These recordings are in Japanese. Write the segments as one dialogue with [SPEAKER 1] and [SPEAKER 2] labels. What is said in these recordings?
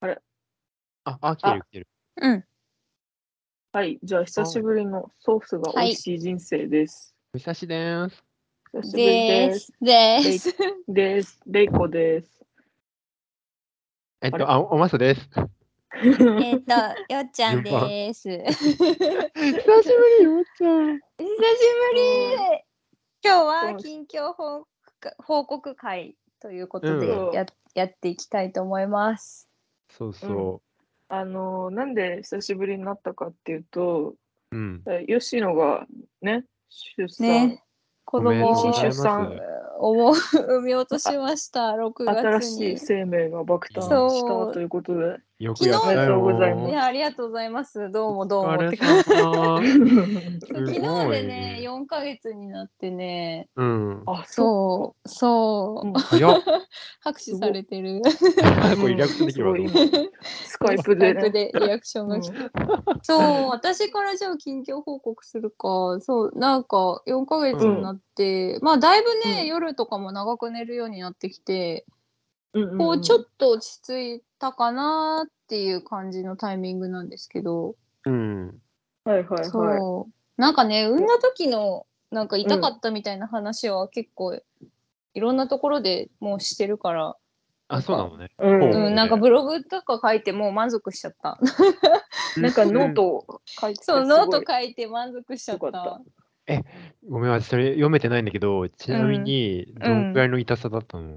[SPEAKER 1] あれ
[SPEAKER 2] あ、あ、来てる来てる。
[SPEAKER 3] うん。
[SPEAKER 1] はい、じゃあ久しぶりのソースが美味しい人生です。
[SPEAKER 2] 武蔵です。
[SPEAKER 1] 久しぶり
[SPEAKER 3] で
[SPEAKER 1] ですす。。
[SPEAKER 3] です。
[SPEAKER 1] です。レイコです。
[SPEAKER 2] えっ
[SPEAKER 1] あれ
[SPEAKER 2] と、あ、おまさです。久
[SPEAKER 3] えっと、よっちゃんです。久しぶり。
[SPEAKER 2] しぶり、おっちゃん。
[SPEAKER 3] 今日は近況報告報告会ということで
[SPEAKER 1] うん
[SPEAKER 3] や,、やっていきたいと思います。
[SPEAKER 2] そうそ
[SPEAKER 1] あのーなんで久しぶりになったかっていうと、
[SPEAKER 2] う。うん。
[SPEAKER 1] 吉野がね、出産、
[SPEAKER 3] ね、子
[SPEAKER 2] おめで
[SPEAKER 3] 供
[SPEAKER 2] と
[SPEAKER 3] を
[SPEAKER 2] うござい
[SPEAKER 1] 妊娠
[SPEAKER 2] ま
[SPEAKER 1] 出
[SPEAKER 2] す。
[SPEAKER 1] 産
[SPEAKER 3] を産み落としました。6
[SPEAKER 1] 新
[SPEAKER 3] 月
[SPEAKER 1] し
[SPEAKER 3] に
[SPEAKER 1] い。生命が爆誕した
[SPEAKER 3] そう
[SPEAKER 1] ということ で、
[SPEAKER 2] よくやったよ。
[SPEAKER 3] 昨日
[SPEAKER 1] おめでとうござい
[SPEAKER 3] い
[SPEAKER 1] ま
[SPEAKER 3] やありがとうございます。どうもどう
[SPEAKER 2] あ
[SPEAKER 3] も
[SPEAKER 2] れ
[SPEAKER 3] って感じ。
[SPEAKER 2] す
[SPEAKER 3] 昨
[SPEAKER 2] ごい
[SPEAKER 3] 日でね、4ヶ月になってね、
[SPEAKER 2] うん。
[SPEAKER 1] あ、そう。
[SPEAKER 3] そう、そう、
[SPEAKER 1] うん
[SPEAKER 2] 早っ。
[SPEAKER 3] 拍手されてる。
[SPEAKER 2] 早くリラックスできるわ。
[SPEAKER 1] すごい今スカイプで、
[SPEAKER 3] スカイプでリアクション
[SPEAKER 1] う
[SPEAKER 3] が
[SPEAKER 1] ん
[SPEAKER 3] 来て、そう、私からじゃあ近況報告するか。そう、なんか4ヶ月になって、まあだいぶね、
[SPEAKER 1] うん
[SPEAKER 3] 夜とかも長く寝るようになってきて、
[SPEAKER 1] うんうんうん
[SPEAKER 3] こうちょっと落ち着いたかなっていう感じのタイミングなんですけど、
[SPEAKER 2] うん。
[SPEAKER 1] はいはいはい。
[SPEAKER 3] そう、なんかね、産んだ時のなんか痛かったみたいな話は結構いろんなところでもうしてるから、
[SPEAKER 2] あ、そうなのね。
[SPEAKER 1] う
[SPEAKER 2] ほ
[SPEAKER 3] うん、なんかブログとか書いてもう満足しちゃった。
[SPEAKER 1] なんかノートを書いてて
[SPEAKER 3] そう、
[SPEAKER 1] す
[SPEAKER 3] ノ
[SPEAKER 1] ごい
[SPEAKER 3] ート書いて満足しちゃっ
[SPEAKER 1] よかった
[SPEAKER 3] た。
[SPEAKER 2] うん。ごめん、私それ読めてないんだけど、ちなみに、どんくらいの痛さだったの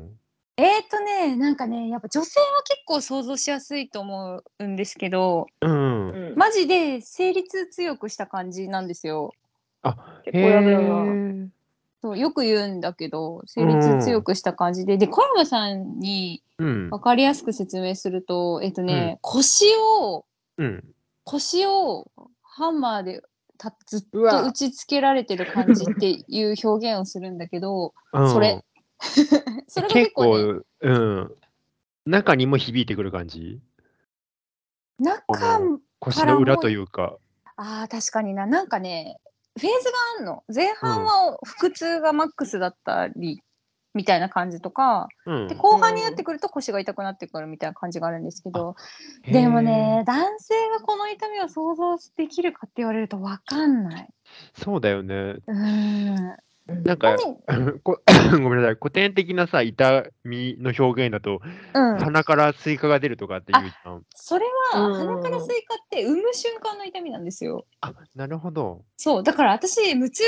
[SPEAKER 3] えーとね、なんかね、やっぱ女性は結構想像しやすいと思うんですけど、
[SPEAKER 2] うん。
[SPEAKER 1] うん
[SPEAKER 3] マジで生理痛強くした感じなんですよ。
[SPEAKER 2] あ、
[SPEAKER 1] 結構やだよな
[SPEAKER 2] へー
[SPEAKER 3] そうよく言うんだけど、生理痛強くした感じで、で、小山さんに
[SPEAKER 2] うん。
[SPEAKER 3] 分かりやすく説明すると、えっ、とね、腰を、
[SPEAKER 2] うん。
[SPEAKER 3] 腰をハンマーでたずっ
[SPEAKER 1] う
[SPEAKER 3] と打
[SPEAKER 1] わ、
[SPEAKER 3] ちつけられてる感じっていう表現をするんだけど、
[SPEAKER 2] うん
[SPEAKER 3] それ。それが結
[SPEAKER 2] 結
[SPEAKER 3] 構ね、
[SPEAKER 2] 構、うん。中にも響いてくる感じ
[SPEAKER 3] 中も
[SPEAKER 2] 腰の裏というか。
[SPEAKER 3] ああ確かにななんかねフェーズがあんの前半は腹痛がマックスだったり、みたいな感じとか
[SPEAKER 2] うん
[SPEAKER 3] で後半になってくると腰が痛くなってくるみたいな感じがあるんですけど、でもね男性がこの痛みを想像できるかって言われると分かんない。
[SPEAKER 2] へーそうだよね。
[SPEAKER 3] うーん
[SPEAKER 2] なんか、こ ごめんなさい、古典的なさ、痛みの表現だと、
[SPEAKER 3] うん、
[SPEAKER 2] 鼻からスイカが出るとかっていうじゃん。
[SPEAKER 3] それは
[SPEAKER 1] うん
[SPEAKER 3] 鼻からスイカって産む瞬間の痛みなんですよ。
[SPEAKER 2] あ、なるほど。
[SPEAKER 3] そうだから私無痛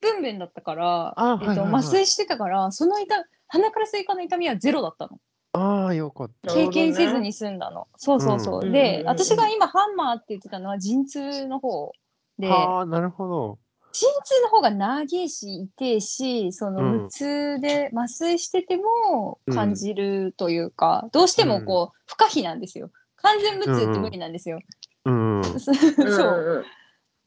[SPEAKER 3] 分娩だったから、
[SPEAKER 2] あはい
[SPEAKER 3] えっと
[SPEAKER 2] はいはい
[SPEAKER 3] 麻酔してたからその痛鼻からスイカの痛みはゼロだったの。
[SPEAKER 2] ああ、よかった。
[SPEAKER 1] なる
[SPEAKER 3] 経
[SPEAKER 1] ほどね
[SPEAKER 3] 験せずに済んだの。そうそうそ
[SPEAKER 1] うん
[SPEAKER 3] う。
[SPEAKER 1] うんうん
[SPEAKER 3] で
[SPEAKER 1] う、ん
[SPEAKER 3] 私が今ハンマーって言ってたのは陣痛の方で、
[SPEAKER 2] ああ、なるほど。
[SPEAKER 3] 陣痛の方が長いし痛いし、その
[SPEAKER 2] うん
[SPEAKER 3] 無痛で麻酔してても
[SPEAKER 2] うん
[SPEAKER 3] 感じるというか、どうしてもこう不可避なんですよ。完全無痛って無理なんですよ。
[SPEAKER 2] うん。
[SPEAKER 3] そうそう
[SPEAKER 1] うんうん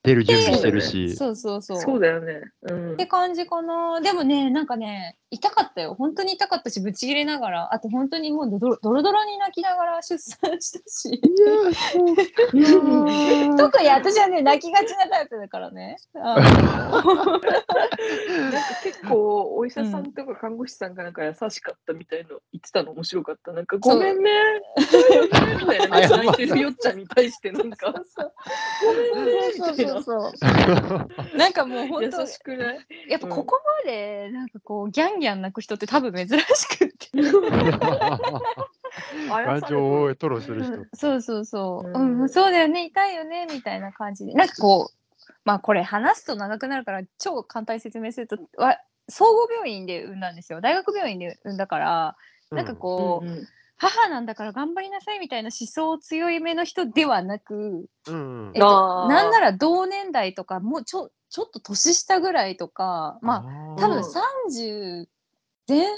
[SPEAKER 2] 出る準備してるし。
[SPEAKER 3] そうそうそう。
[SPEAKER 1] そうだよね。うん
[SPEAKER 3] って感じかな。でもね、なんかね、痛かったよ。本当に痛かったし、ぶち切れながら、あと本当にもうドロドロドロに泣きながら出産したし。
[SPEAKER 2] うん
[SPEAKER 3] 特に私はね泣きがちなタイプだからね。 あの
[SPEAKER 1] なんか結構お医者さんとか看護師さんがなんか優しかったみたいの言ってたの面白かった。なんか
[SPEAKER 3] そう
[SPEAKER 1] ごめん ね、痛いよねみたいな
[SPEAKER 2] 謝
[SPEAKER 1] ね
[SPEAKER 2] った
[SPEAKER 1] 泣いてるよっちゃんに対してなんか
[SPEAKER 3] そう
[SPEAKER 1] ごめんね
[SPEAKER 3] そう
[SPEAKER 1] みたい
[SPEAKER 3] そう
[SPEAKER 1] な。
[SPEAKER 3] そう そう。なんかもう本当
[SPEAKER 1] 優しくない。
[SPEAKER 3] やっぱここまでなんかこうギャンギャン泣く人って多分珍しくって。
[SPEAKER 2] 感情を吐露する人。
[SPEAKER 3] そうそうそう。う
[SPEAKER 1] うん
[SPEAKER 3] ん、そうだよね痛いよねみたいな感じでなんかこうまあこれ話すと長くなるから超簡単に説明するとわ総合病院で産んだんですよ大学病院で産んだからなんかこう。母なんだから頑張りなさいみたいな思想強い目の人ではなく、
[SPEAKER 2] うん。うん
[SPEAKER 3] えっと
[SPEAKER 1] あー
[SPEAKER 3] なんなら同年代とかもうちょちょっと年下ぐらいとかまあ多
[SPEAKER 1] う
[SPEAKER 3] 分
[SPEAKER 1] ん
[SPEAKER 3] 30前半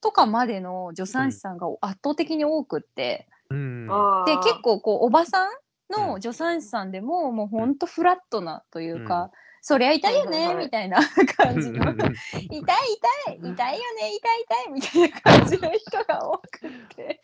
[SPEAKER 3] とかまでの助産師さんが圧倒的に多くって、
[SPEAKER 2] うん。
[SPEAKER 1] あー
[SPEAKER 3] で結構こうおばさんの助産師さんでも、もうほんとフラットなというか、
[SPEAKER 2] うん
[SPEAKER 3] そりゃ痛い
[SPEAKER 1] は
[SPEAKER 3] よ
[SPEAKER 1] いは
[SPEAKER 3] ね
[SPEAKER 1] いはい
[SPEAKER 3] みたいな 感じの、痛い痛い痛いよね痛い痛いみたいな感じの人が多くって。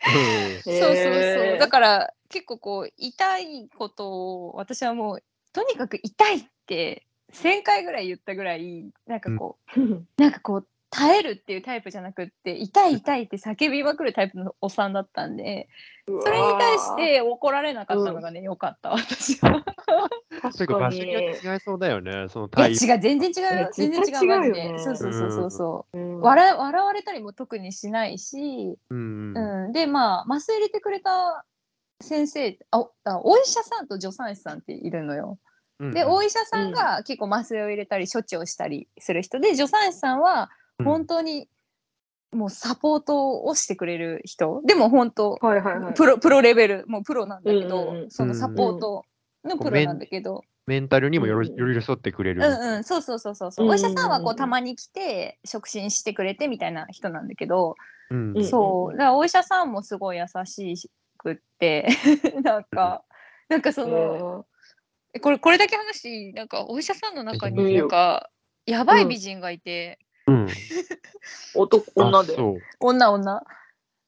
[SPEAKER 3] そうそうそ
[SPEAKER 1] へ
[SPEAKER 3] う。
[SPEAKER 1] ー
[SPEAKER 3] だから結構こう痛いことを私はもうとにかく痛いって1,000回ぐらい言ったぐらいなんかこう、なんかこう耐えるっていうタイプじゃなくって痛い痛いって叫びまくるタイプのおっさんだったんでそれに対して怒られなかったのがね、良かった私は。
[SPEAKER 2] とい
[SPEAKER 1] 確
[SPEAKER 2] うか
[SPEAKER 1] か
[SPEAKER 2] 場
[SPEAKER 1] に
[SPEAKER 2] 所によって違いそうだよね、その
[SPEAKER 3] いや違
[SPEAKER 2] 対
[SPEAKER 3] う
[SPEAKER 2] 応。
[SPEAKER 3] 全然違うよ
[SPEAKER 1] いや
[SPEAKER 3] 全然違
[SPEAKER 1] 絶対
[SPEAKER 3] うマ
[SPEAKER 1] 違う
[SPEAKER 3] ジ
[SPEAKER 1] よ
[SPEAKER 3] で
[SPEAKER 1] ね
[SPEAKER 3] そうそうそうそうそううん笑笑われたりも特にしないし、
[SPEAKER 2] うんうん。
[SPEAKER 3] うん、でまあ麻酔入れてくれた先生あおあお医者さんと助産師さんっているのよ。
[SPEAKER 2] うん
[SPEAKER 3] でお医者さんが結構麻酔を入れたり処置をしたりする人で助産師さんは本当にもうサポートをしてくれる人でも本当
[SPEAKER 1] はいはいはい。
[SPEAKER 3] プロプロレベルもうプロなんだけど、
[SPEAKER 1] うんうんうん
[SPEAKER 3] そのサポートのプロなんだけど、
[SPEAKER 2] メンタルにもよろ
[SPEAKER 1] うん
[SPEAKER 2] 寄り添ってくれる。
[SPEAKER 3] うんうん、そうそうそうそうそう、
[SPEAKER 1] うん
[SPEAKER 3] お
[SPEAKER 1] うん
[SPEAKER 3] 医
[SPEAKER 1] うんうん
[SPEAKER 3] 者さんはこうたまに来て触診してくれてみたいな人なんだけど、
[SPEAKER 2] うん
[SPEAKER 1] うん
[SPEAKER 3] そうだからお医者さんもすごい優しくって なんか、なんかその、これこれだけ話なんかお医者さんの中
[SPEAKER 2] うん
[SPEAKER 3] になんか、やばい美人がいて、
[SPEAKER 2] うん。
[SPEAKER 1] 男女で
[SPEAKER 2] あそう。
[SPEAKER 3] 女女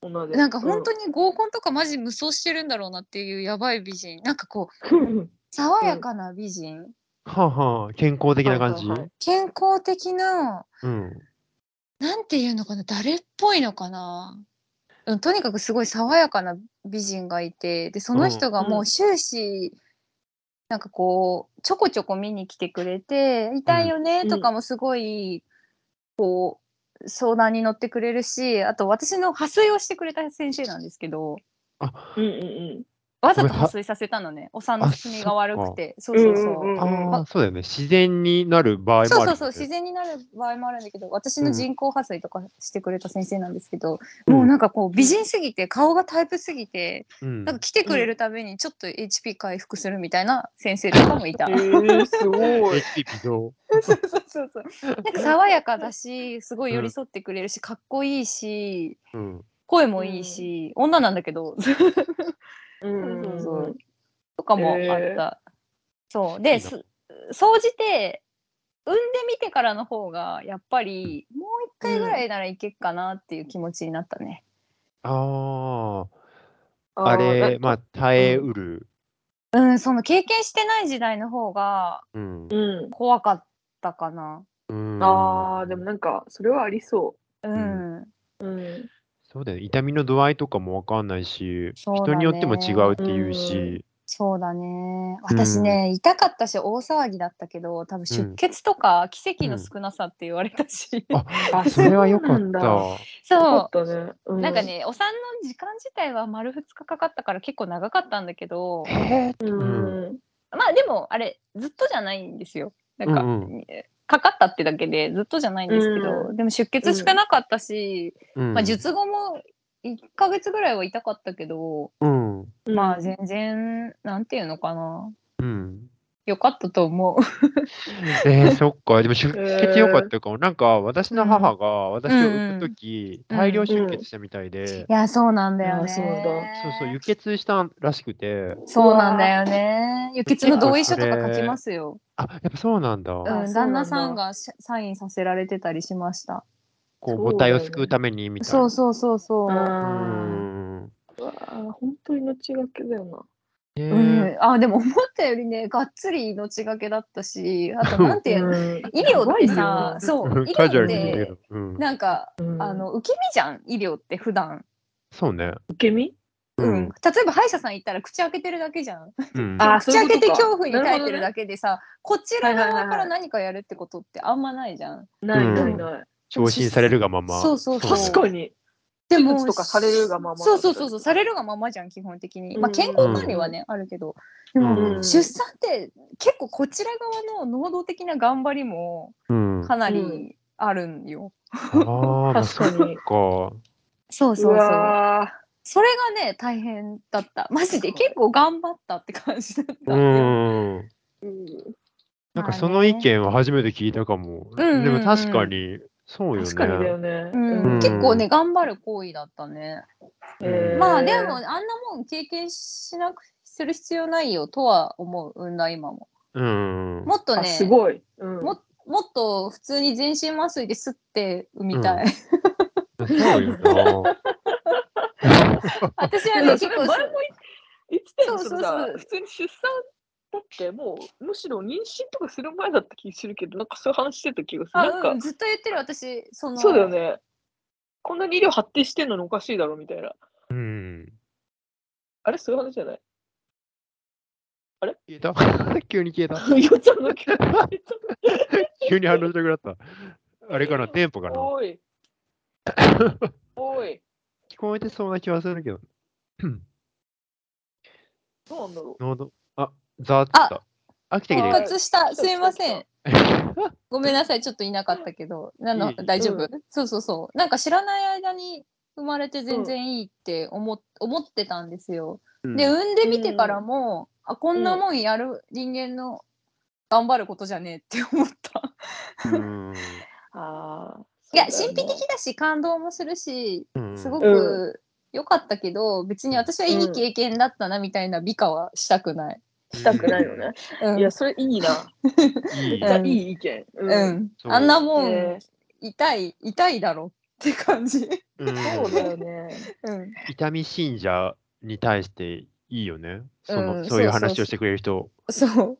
[SPEAKER 1] 女で。
[SPEAKER 3] なんか本当
[SPEAKER 1] に。
[SPEAKER 3] に合コンとかマジ無双してるんだろうなっていうやばい美人なんかこう
[SPEAKER 1] うん
[SPEAKER 3] 爽やかな美人、
[SPEAKER 2] はあはあ、健康的な感じ。
[SPEAKER 1] はいはいはい
[SPEAKER 3] 健康的な
[SPEAKER 2] うん。
[SPEAKER 3] なんていうのかな誰っぽいのかな、うん、とにかくすごい爽やかな美人がいてでその人がもう終始、なんかこうちょこちょこ見に来てくれて「痛いよね」とかもすごい、こう相談に乗ってくれるしあと私の破水をしてくれた先生なんですけど
[SPEAKER 2] あ、
[SPEAKER 1] うんうん
[SPEAKER 3] わざと破水させたのねお産の進みが悪くてそうそうそう。
[SPEAKER 1] うんうんうん
[SPEAKER 2] ああ、そうだよね。自然になる場合
[SPEAKER 3] そ
[SPEAKER 2] もあ
[SPEAKER 3] う
[SPEAKER 2] る
[SPEAKER 3] そ
[SPEAKER 2] よね。
[SPEAKER 3] うそう自然になる場合もあるんだけど私
[SPEAKER 2] う
[SPEAKER 3] の
[SPEAKER 2] ん
[SPEAKER 3] 人工破水とかしてくれた先生なんですけど、
[SPEAKER 2] うん
[SPEAKER 3] もうなんかこう美人すぎて顔がタイプすぎて、
[SPEAKER 2] うん
[SPEAKER 3] なんか来てくれるたびにちょっと HP 回復するみたいな先生とかもいた。
[SPEAKER 1] うん。えー、すごい。
[SPEAKER 2] HP 微動。
[SPEAKER 3] そうそうそうそうなんか爽やかだしすごい寄り添ってくれるしかっこいいし
[SPEAKER 2] うん。
[SPEAKER 3] 声もいいし、女なんだけど
[SPEAKER 1] うん
[SPEAKER 3] そうそうとかもあった。
[SPEAKER 1] え
[SPEAKER 3] そう
[SPEAKER 2] い
[SPEAKER 3] で
[SPEAKER 2] いな
[SPEAKER 3] す総じて産んでみてからの方がやっぱりもう一回ぐらいならいけっかなっていう気持ちになったね。
[SPEAKER 2] あ
[SPEAKER 1] あ
[SPEAKER 2] あ、あ
[SPEAKER 1] ー
[SPEAKER 2] れ、
[SPEAKER 1] な
[SPEAKER 2] まあ、耐えうる。
[SPEAKER 3] うん、その経験してない時代の方が
[SPEAKER 2] うん
[SPEAKER 1] う。ん。
[SPEAKER 3] 怖かったかな。
[SPEAKER 2] うん
[SPEAKER 1] ああ、でもなんか、それはありそ
[SPEAKER 3] うん、
[SPEAKER 1] う。うん。
[SPEAKER 2] そうだよね。痛みの度合いとかもわかんないし、
[SPEAKER 3] そうだね
[SPEAKER 2] 人によっても違うっていうし、
[SPEAKER 3] そうだね。私ね、痛かったし大騒ぎだったけど、多分出血とか奇跡の少なさって言われたし。
[SPEAKER 2] うんあ
[SPEAKER 1] あ
[SPEAKER 2] それは良か
[SPEAKER 1] そうな
[SPEAKER 2] っ
[SPEAKER 1] ん
[SPEAKER 2] た。
[SPEAKER 1] だ
[SPEAKER 3] そう
[SPEAKER 1] よ。かったね。う
[SPEAKER 3] なんか、ね、お産の時間自体は丸2日かかったから結構長かったんだけど、
[SPEAKER 2] え
[SPEAKER 1] うん。
[SPEAKER 3] まあでもあれずっとじゃないんですよ。なんか、
[SPEAKER 2] うん
[SPEAKER 3] かかったってだけでずっとじゃないんですけど、
[SPEAKER 1] う
[SPEAKER 3] でも出血少なかったし、
[SPEAKER 2] うん
[SPEAKER 3] まあ術後も1ヶ月ぐらいは痛かったけど、
[SPEAKER 2] うん。うん。
[SPEAKER 3] まあ全然なんていうのかな
[SPEAKER 2] うん。
[SPEAKER 3] 良かったと思う。
[SPEAKER 2] え ー、そっか。でも出
[SPEAKER 1] え
[SPEAKER 2] 血
[SPEAKER 1] ー
[SPEAKER 2] 良かったかも。なんか、私の母が私を産むとき、
[SPEAKER 3] うん
[SPEAKER 2] 大量出血したみたいで、
[SPEAKER 3] いやそうなんだよ
[SPEAKER 1] い
[SPEAKER 3] ね。
[SPEAKER 1] やそうだ
[SPEAKER 2] そうそう、輸血したらしくて、
[SPEAKER 3] そうなんだよね。輸血の同意書とか書きますよ。
[SPEAKER 2] あ、やっぱそうなんだ。
[SPEAKER 1] れ
[SPEAKER 3] う
[SPEAKER 1] あ
[SPEAKER 3] ん、
[SPEAKER 1] そうな
[SPEAKER 3] 旦
[SPEAKER 1] んだ
[SPEAKER 3] 那さんがササインさせられてたりしました。
[SPEAKER 2] こう、
[SPEAKER 1] そう
[SPEAKER 2] 母
[SPEAKER 1] だ
[SPEAKER 2] 体
[SPEAKER 1] よ
[SPEAKER 2] を
[SPEAKER 1] ね
[SPEAKER 2] 救うためにみたい
[SPEAKER 3] そ
[SPEAKER 2] な。
[SPEAKER 3] うそうそうそう。
[SPEAKER 2] う
[SPEAKER 1] あ
[SPEAKER 2] ん。
[SPEAKER 1] あ、うわー本当命がけだよ
[SPEAKER 2] ね
[SPEAKER 3] う
[SPEAKER 2] え
[SPEAKER 3] ん、あでも思ったよりねがっつり命がけだったしあとなんて
[SPEAKER 1] な。
[SPEAKER 3] いうの
[SPEAKER 1] ん。
[SPEAKER 3] 医療ってさそう 医
[SPEAKER 2] カジュア
[SPEAKER 3] 療
[SPEAKER 2] ル
[SPEAKER 3] っ
[SPEAKER 2] に言うけ
[SPEAKER 3] て
[SPEAKER 2] ど。うん。
[SPEAKER 3] なんか、
[SPEAKER 1] うん
[SPEAKER 3] あの受け身じゃん医療って普段
[SPEAKER 2] そうね。
[SPEAKER 1] 受け身
[SPEAKER 3] うん、例えば歯医者さん行ったら口開けてるだけじゃん
[SPEAKER 2] うん。
[SPEAKER 1] あ
[SPEAKER 3] 口
[SPEAKER 1] そうい
[SPEAKER 3] 開
[SPEAKER 1] うことか
[SPEAKER 3] けて恐怖に耐えて
[SPEAKER 1] なるほど
[SPEAKER 3] る
[SPEAKER 1] ね
[SPEAKER 3] だけでさこちら
[SPEAKER 1] はいはい
[SPEAKER 3] 側
[SPEAKER 1] はい
[SPEAKER 3] か
[SPEAKER 1] は
[SPEAKER 3] ら
[SPEAKER 1] い
[SPEAKER 3] 何かやるってことってあんまないじゃん、
[SPEAKER 1] ないない
[SPEAKER 2] うん
[SPEAKER 1] ない。
[SPEAKER 2] 昇進されるがまま。
[SPEAKER 3] そうそうそう
[SPEAKER 2] ね
[SPEAKER 1] 確かに。
[SPEAKER 3] で
[SPEAKER 1] 手術とかされるがままだった
[SPEAKER 3] そ
[SPEAKER 1] り
[SPEAKER 3] うそうそうそうされるがままじゃん基本的に、まあ、
[SPEAKER 1] うん
[SPEAKER 3] 健康管理はね、あるけどでも、
[SPEAKER 2] うん
[SPEAKER 3] 出産って結構こちら側の能動的な頑張りも
[SPEAKER 2] うん。
[SPEAKER 3] かな
[SPEAKER 1] うん
[SPEAKER 3] りあるんよ。
[SPEAKER 2] ああ、まあ
[SPEAKER 1] 確かに
[SPEAKER 2] そっか。
[SPEAKER 3] そう
[SPEAKER 1] うわー
[SPEAKER 3] それがね大変だったマジで
[SPEAKER 1] そう
[SPEAKER 3] 結構頑張ったって感じだった。
[SPEAKER 2] うん。なん
[SPEAKER 3] まあ
[SPEAKER 2] か
[SPEAKER 3] ね
[SPEAKER 2] その意見は初めて聞いたかも。
[SPEAKER 3] んうんうん
[SPEAKER 2] でも確かに、そうよね。
[SPEAKER 1] 確かにだよね。
[SPEAKER 3] うん
[SPEAKER 2] うん
[SPEAKER 3] 結構ね頑張る行為だったね。
[SPEAKER 1] えー
[SPEAKER 3] まあでもあんなもん経験しなくする必要ないよとは思う産んだ今も。
[SPEAKER 2] うん。
[SPEAKER 3] もっと
[SPEAKER 1] あ
[SPEAKER 3] ね
[SPEAKER 1] すごい。うん
[SPEAKER 3] ももっと普通に全身麻酔で吸って産みた い。
[SPEAKER 2] そうよな。
[SPEAKER 3] 私は
[SPEAKER 1] な
[SPEAKER 3] ね
[SPEAKER 1] んか
[SPEAKER 3] 結
[SPEAKER 1] それ
[SPEAKER 3] 構
[SPEAKER 1] 前も言ってたよね
[SPEAKER 3] そうそう
[SPEAKER 1] そのさ
[SPEAKER 3] そう
[SPEAKER 1] 普通に出産だってもう、むしろ妊娠とかする前だった気するけど、なんかそういう話してた気がする。
[SPEAKER 3] あ、
[SPEAKER 1] なんか、
[SPEAKER 3] うん、ずっと言ってる私、その、
[SPEAKER 1] そうだよね。こんなに医療発展してんのにおかしいだろみたいな。
[SPEAKER 2] うん。
[SPEAKER 1] あれそういう話じゃない
[SPEAKER 2] 消えた急に消え た。
[SPEAKER 1] よっちゃんの曲
[SPEAKER 2] 急に反応したくなった。あれかな、テンポかな。
[SPEAKER 1] おい。おい。
[SPEAKER 2] 聞こえてそうな気はするけど。
[SPEAKER 1] どうなんだろ
[SPEAKER 2] 喉あ、ザーってきた。飽きてき
[SPEAKER 1] あ
[SPEAKER 2] た
[SPEAKER 3] 復
[SPEAKER 2] けど。
[SPEAKER 3] 活した。すいませ ん。ごめんなさい、ちょっといなかったけど、なの
[SPEAKER 2] いい
[SPEAKER 3] 大丈夫、
[SPEAKER 1] う
[SPEAKER 3] そうそうそう。なんか知らない間に生まれて全然いいって思,、思ってたんですよ。
[SPEAKER 2] うん
[SPEAKER 3] で、産んでみてからも、あ、こんなもんやる人間の頑張ることじゃねえって思った。
[SPEAKER 2] うん
[SPEAKER 1] う。ああ。
[SPEAKER 3] いや、
[SPEAKER 1] そう
[SPEAKER 3] 神
[SPEAKER 1] だよ
[SPEAKER 3] 秘
[SPEAKER 1] ね
[SPEAKER 3] 的だし、感動もするし、
[SPEAKER 2] うん
[SPEAKER 3] すごく良かったけど、別に私はいい経験だったなみたいな美化はしたくない。
[SPEAKER 1] したくないのね。
[SPEAKER 3] うん。
[SPEAKER 1] いや、それいいな。
[SPEAKER 2] いい
[SPEAKER 1] じゃあいい意見。う
[SPEAKER 3] う
[SPEAKER 1] ん。
[SPEAKER 3] ん。
[SPEAKER 2] そう
[SPEAKER 3] あんなも
[SPEAKER 1] え
[SPEAKER 3] ん、痛い、痛いだろって感じ。
[SPEAKER 2] うん
[SPEAKER 1] ーそうだよね。
[SPEAKER 3] うん。
[SPEAKER 2] 痛み信者に対していいよね。その、
[SPEAKER 3] うん
[SPEAKER 2] そういう
[SPEAKER 3] そうそう
[SPEAKER 2] 話
[SPEAKER 3] そう
[SPEAKER 2] をしてくれる人。
[SPEAKER 3] そう。っ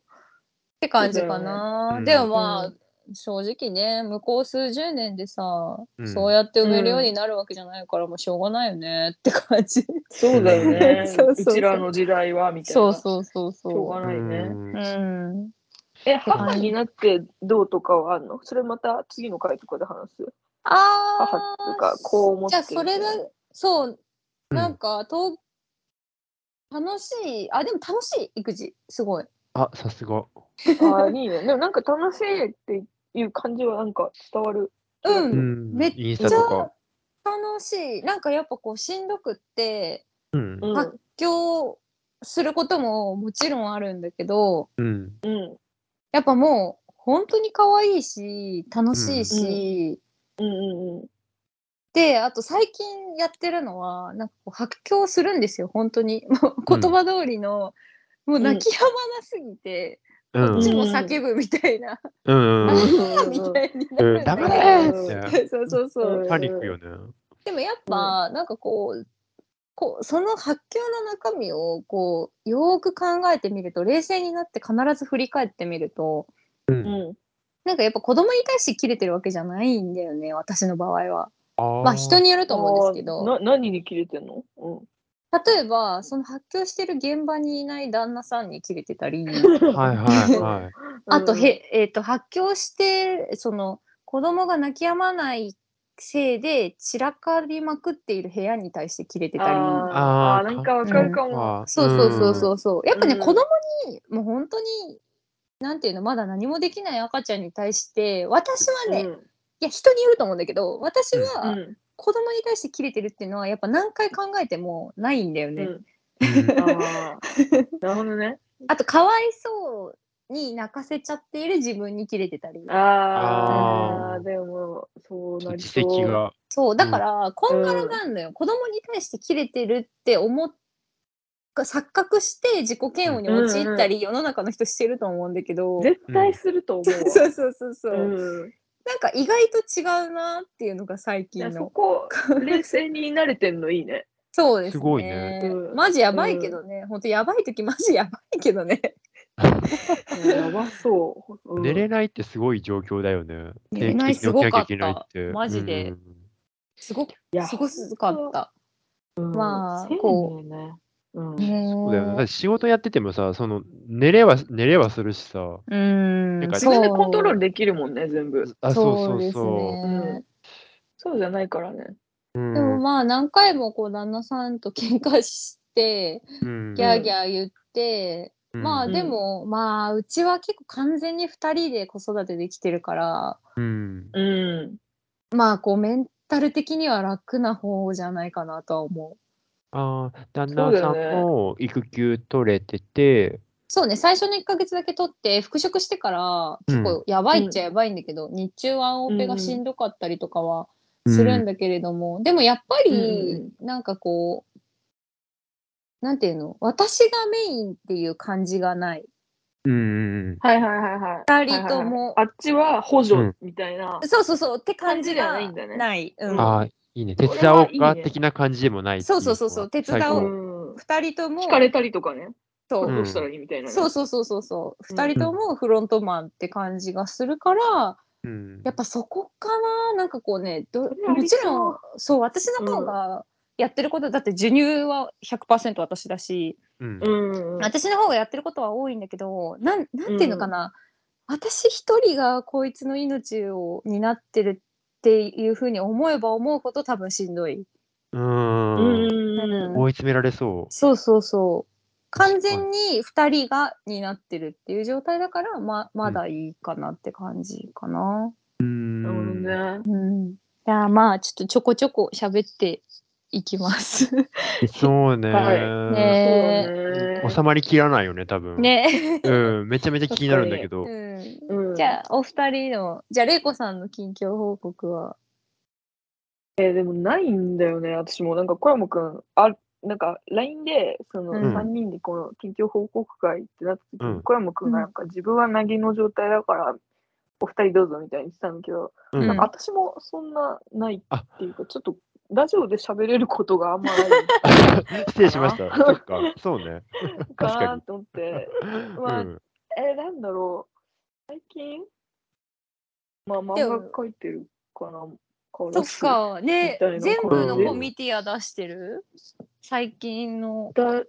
[SPEAKER 3] て感じかな。
[SPEAKER 2] そうだ
[SPEAKER 3] で
[SPEAKER 2] よね
[SPEAKER 3] もまあ、
[SPEAKER 1] う
[SPEAKER 3] 正直ね、向こう数十年でさ、
[SPEAKER 2] うん
[SPEAKER 3] そうやって埋めるようになるわけじゃないから、もうしょうがないよねって感じ。
[SPEAKER 1] そうだよね。
[SPEAKER 3] そうそうそう
[SPEAKER 1] ちらの時代はみたいな。
[SPEAKER 3] そうそうそう
[SPEAKER 1] しょうが
[SPEAKER 3] そ
[SPEAKER 1] ないね。
[SPEAKER 3] う。うん。
[SPEAKER 1] え、母になってどうとかはあるのそれまた次の回とかで話す。
[SPEAKER 3] あ
[SPEAKER 1] 母っていう
[SPEAKER 3] あ
[SPEAKER 1] か、こう思って
[SPEAKER 3] じゃ
[SPEAKER 1] る
[SPEAKER 3] あそれだ、そう、
[SPEAKER 2] うん
[SPEAKER 3] なんか、と楽しい、あ、でも楽しい育児、すごい。
[SPEAKER 2] あ、さすが。
[SPEAKER 1] ああ、いいね。でもなんか楽しいっていう感じはなんか伝わる。
[SPEAKER 3] うん
[SPEAKER 2] うん
[SPEAKER 3] めっ
[SPEAKER 2] インス
[SPEAKER 3] ちゃ
[SPEAKER 2] タとか。
[SPEAKER 3] 楽しい。なんかやっぱこう、しんどくって、
[SPEAKER 2] うん。
[SPEAKER 1] うん。
[SPEAKER 3] 発狂することももちろんあるんだけど、
[SPEAKER 2] うん。
[SPEAKER 1] うん。
[SPEAKER 3] やっぱもう本当に可愛いし楽しいし、
[SPEAKER 1] うんうんうん。
[SPEAKER 3] であと最近やってるのはなんかこう発狂するんですよ本当に もう言葉通りの、もう泣き止まなすぎて、
[SPEAKER 2] うん。
[SPEAKER 3] こっちも叫ぶみたいな、
[SPEAKER 2] うん。うん
[SPEAKER 1] うん
[SPEAKER 3] みたいにな
[SPEAKER 2] う
[SPEAKER 3] る
[SPEAKER 2] ん
[SPEAKER 3] ん
[SPEAKER 2] ダ
[SPEAKER 3] だ
[SPEAKER 2] メ
[SPEAKER 3] けど、
[SPEAKER 2] だって。
[SPEAKER 3] そうそうそう、
[SPEAKER 1] うん
[SPEAKER 2] パニックよね。
[SPEAKER 3] でもやっぱ、なんかこうこうその発狂の中身をこうよーく考えてみると冷静になって必ず振り返ってみると
[SPEAKER 2] う。
[SPEAKER 1] うんん。
[SPEAKER 3] なんかやっぱ子供に対して切れてるわけじゃないんだよね私の場合は。
[SPEAKER 2] ま
[SPEAKER 3] まあ人によると思うんですけ
[SPEAKER 1] あ
[SPEAKER 3] ど
[SPEAKER 1] ーな何に切れてんのうん。
[SPEAKER 3] 例えばその発狂してる現場にいない旦那さんに切れて たり
[SPEAKER 2] はいはいはい。
[SPEAKER 3] あとへ、えー、と発狂してその子供が泣き止まないせいで散らかりまくっている部屋に対して切れてたり
[SPEAKER 1] あーあー、なんかわかるか
[SPEAKER 2] うん
[SPEAKER 1] も。
[SPEAKER 3] そうそうそうそうそうやっぱね、
[SPEAKER 1] うん
[SPEAKER 3] 子供にもう本当になんていうのまだ何もできない赤ちゃんに対して私はね、いや人によると思うんだけど私は、
[SPEAKER 1] うん うん
[SPEAKER 3] 子供に対して切れてるっていうのはやっぱ何回考えてもないんだよね。
[SPEAKER 1] うん
[SPEAKER 2] うん
[SPEAKER 1] あーなるほどね。
[SPEAKER 3] あとかわいそうに泣かせちゃっている自分に切れてたり。
[SPEAKER 1] あ
[SPEAKER 2] あ
[SPEAKER 1] あ、
[SPEAKER 2] ー
[SPEAKER 1] でも、そうなり
[SPEAKER 2] 自
[SPEAKER 1] そう。
[SPEAKER 2] 責が。
[SPEAKER 3] そうだからこんがらがんのよ、子供に対して切れてるって思っ錯覚して自己嫌悪に陥ったり、世の中の人してると思うんだけど。
[SPEAKER 1] 絶対すると思うわ。
[SPEAKER 3] そうそうそうそう、
[SPEAKER 1] うん
[SPEAKER 3] なんか意外と違うなっていうのが最
[SPEAKER 1] いや
[SPEAKER 3] 近
[SPEAKER 1] そ
[SPEAKER 3] の
[SPEAKER 1] こ、冷静に慣れてんのいいね。
[SPEAKER 3] そうですね
[SPEAKER 2] すごいね
[SPEAKER 1] うん
[SPEAKER 3] マジやばいけどね、ほんとやばい時マジやばいけどね
[SPEAKER 1] やばそう。うん
[SPEAKER 2] 寝れないってすごい状況だよね。
[SPEAKER 3] 寝れない
[SPEAKER 2] 定期的に起きなきゃ
[SPEAKER 3] すごかった
[SPEAKER 2] いけないって
[SPEAKER 3] マジで
[SPEAKER 2] うん
[SPEAKER 3] すごく
[SPEAKER 1] いや
[SPEAKER 3] すごすかった。まあ
[SPEAKER 1] そう
[SPEAKER 3] こ
[SPEAKER 1] なんだよねうん
[SPEAKER 2] そうだよね。だっ
[SPEAKER 3] ね
[SPEAKER 2] て仕事やっててもさ、その寝れは寝れはするしさ。
[SPEAKER 3] え。うん
[SPEAKER 2] なんか
[SPEAKER 1] 自分でコントロー
[SPEAKER 3] ル
[SPEAKER 1] ルできるもんね、全部。
[SPEAKER 2] あ、そうそう
[SPEAKER 3] です
[SPEAKER 2] そ
[SPEAKER 3] ね。
[SPEAKER 1] そうじゃないからね。
[SPEAKER 2] う。
[SPEAKER 3] でもまあ何回もこう旦那さんと喧嘩して
[SPEAKER 2] うん
[SPEAKER 3] ギャーギャー言って、
[SPEAKER 2] うん
[SPEAKER 3] まあ
[SPEAKER 1] うん
[SPEAKER 3] でも、まあうちは結構完全に2人で子育てできてるから
[SPEAKER 2] うん
[SPEAKER 1] うん。
[SPEAKER 3] まあこうメンタル的には楽な方じゃないかなとは思う。
[SPEAKER 2] ああ、旦
[SPEAKER 1] そう
[SPEAKER 2] 那
[SPEAKER 1] だ
[SPEAKER 2] さ
[SPEAKER 1] よ
[SPEAKER 2] ん
[SPEAKER 1] ね
[SPEAKER 2] も育休取れてて、
[SPEAKER 3] そうね最初の1ヶ月だけ取って復職してから結構やばいっちゃやばいんだけど、日中はオペがしんどかったりとかは。するんだけれども、でもやっぱりなんかこう、なんていうの私がメインっていう感じがない
[SPEAKER 2] うんうんうん。
[SPEAKER 1] はいはいはいはい。
[SPEAKER 3] 二人とも、
[SPEAKER 1] あっちは補
[SPEAKER 2] う
[SPEAKER 1] 助
[SPEAKER 2] ん
[SPEAKER 1] みたいな。
[SPEAKER 3] そうそうそうって感じが
[SPEAKER 1] 感じではないんだね
[SPEAKER 3] ないうん
[SPEAKER 2] ああ、いいね。手
[SPEAKER 1] れ
[SPEAKER 2] 伝お
[SPEAKER 1] は
[SPEAKER 2] う
[SPEAKER 1] いいね
[SPEAKER 2] か的な感じでもないってい
[SPEAKER 3] そうそうそうそう
[SPEAKER 2] のは
[SPEAKER 3] 手伝お
[SPEAKER 2] 最
[SPEAKER 3] う
[SPEAKER 2] 高
[SPEAKER 1] ん。
[SPEAKER 3] 二人とも
[SPEAKER 1] 聞かれたりとかね。
[SPEAKER 3] そう
[SPEAKER 1] どうしたらいいみたいな。
[SPEAKER 3] そうそうそうそうそう
[SPEAKER 1] うん
[SPEAKER 3] 2人ともフロントマンって感じがするから、
[SPEAKER 2] うん。
[SPEAKER 3] やっぱそこかななんかこうね
[SPEAKER 1] そ
[SPEAKER 3] ど
[SPEAKER 1] れありそう
[SPEAKER 3] もちろんそう私の方がやってること、だって授乳は100%私だし、
[SPEAKER 2] うん。
[SPEAKER 1] うん。
[SPEAKER 3] 私の方がやってることは多いんだけどなんなんていうのかな、私一人がこいつの命を担ってるっていうふうに思えば思うほど多分しんどい。
[SPEAKER 2] うん。
[SPEAKER 1] うん。
[SPEAKER 2] 追い詰められそ
[SPEAKER 3] そうそうそう。完全に2人が担ってるっていう状態だからままだいいかなって感じかな。
[SPEAKER 2] う。う
[SPEAKER 1] なるほど
[SPEAKER 2] ん。
[SPEAKER 1] ね。
[SPEAKER 3] うん、いやまあちょっとちょこちょこ喋っていきます。
[SPEAKER 2] そうね。
[SPEAKER 1] は
[SPEAKER 3] ねえ
[SPEAKER 1] そうだ
[SPEAKER 2] 収まりきらないよね、多分。。
[SPEAKER 3] ね、
[SPEAKER 2] うん。めちゃめちゃ気になるんだけど。
[SPEAKER 3] うん、
[SPEAKER 1] うん
[SPEAKER 3] じゃあお二人のじゃあ玲子さんの近況報告は。
[SPEAKER 1] えーでもないんだよね、私も。なんか、小山くん、あ、なんか、LINE で、その、
[SPEAKER 3] うん
[SPEAKER 1] 3人でこの、近況報告会ってなった時
[SPEAKER 2] う
[SPEAKER 1] に、
[SPEAKER 2] ん
[SPEAKER 1] 小山くんが、なんか、自分は投げの状態だから、お二人どうぞみたいに言ってたんだけど、
[SPEAKER 2] うん
[SPEAKER 3] うん
[SPEAKER 1] 私もそんなないっていうか、ちょっと、ラジオで喋れることがあんまない
[SPEAKER 2] 失礼しました。そっか。そう ね。
[SPEAKER 1] か
[SPEAKER 2] 確か
[SPEAKER 1] な
[SPEAKER 2] に。
[SPEAKER 1] と思 って、まあ
[SPEAKER 2] うん。
[SPEAKER 1] えー、なんだろう、最近、まあ、漫
[SPEAKER 3] でも
[SPEAKER 1] 画描いてるかな、か
[SPEAKER 3] そっか
[SPEAKER 1] み
[SPEAKER 3] ね
[SPEAKER 1] たいな感じ
[SPEAKER 3] 全部のコミティア出してる最近の。
[SPEAKER 1] だ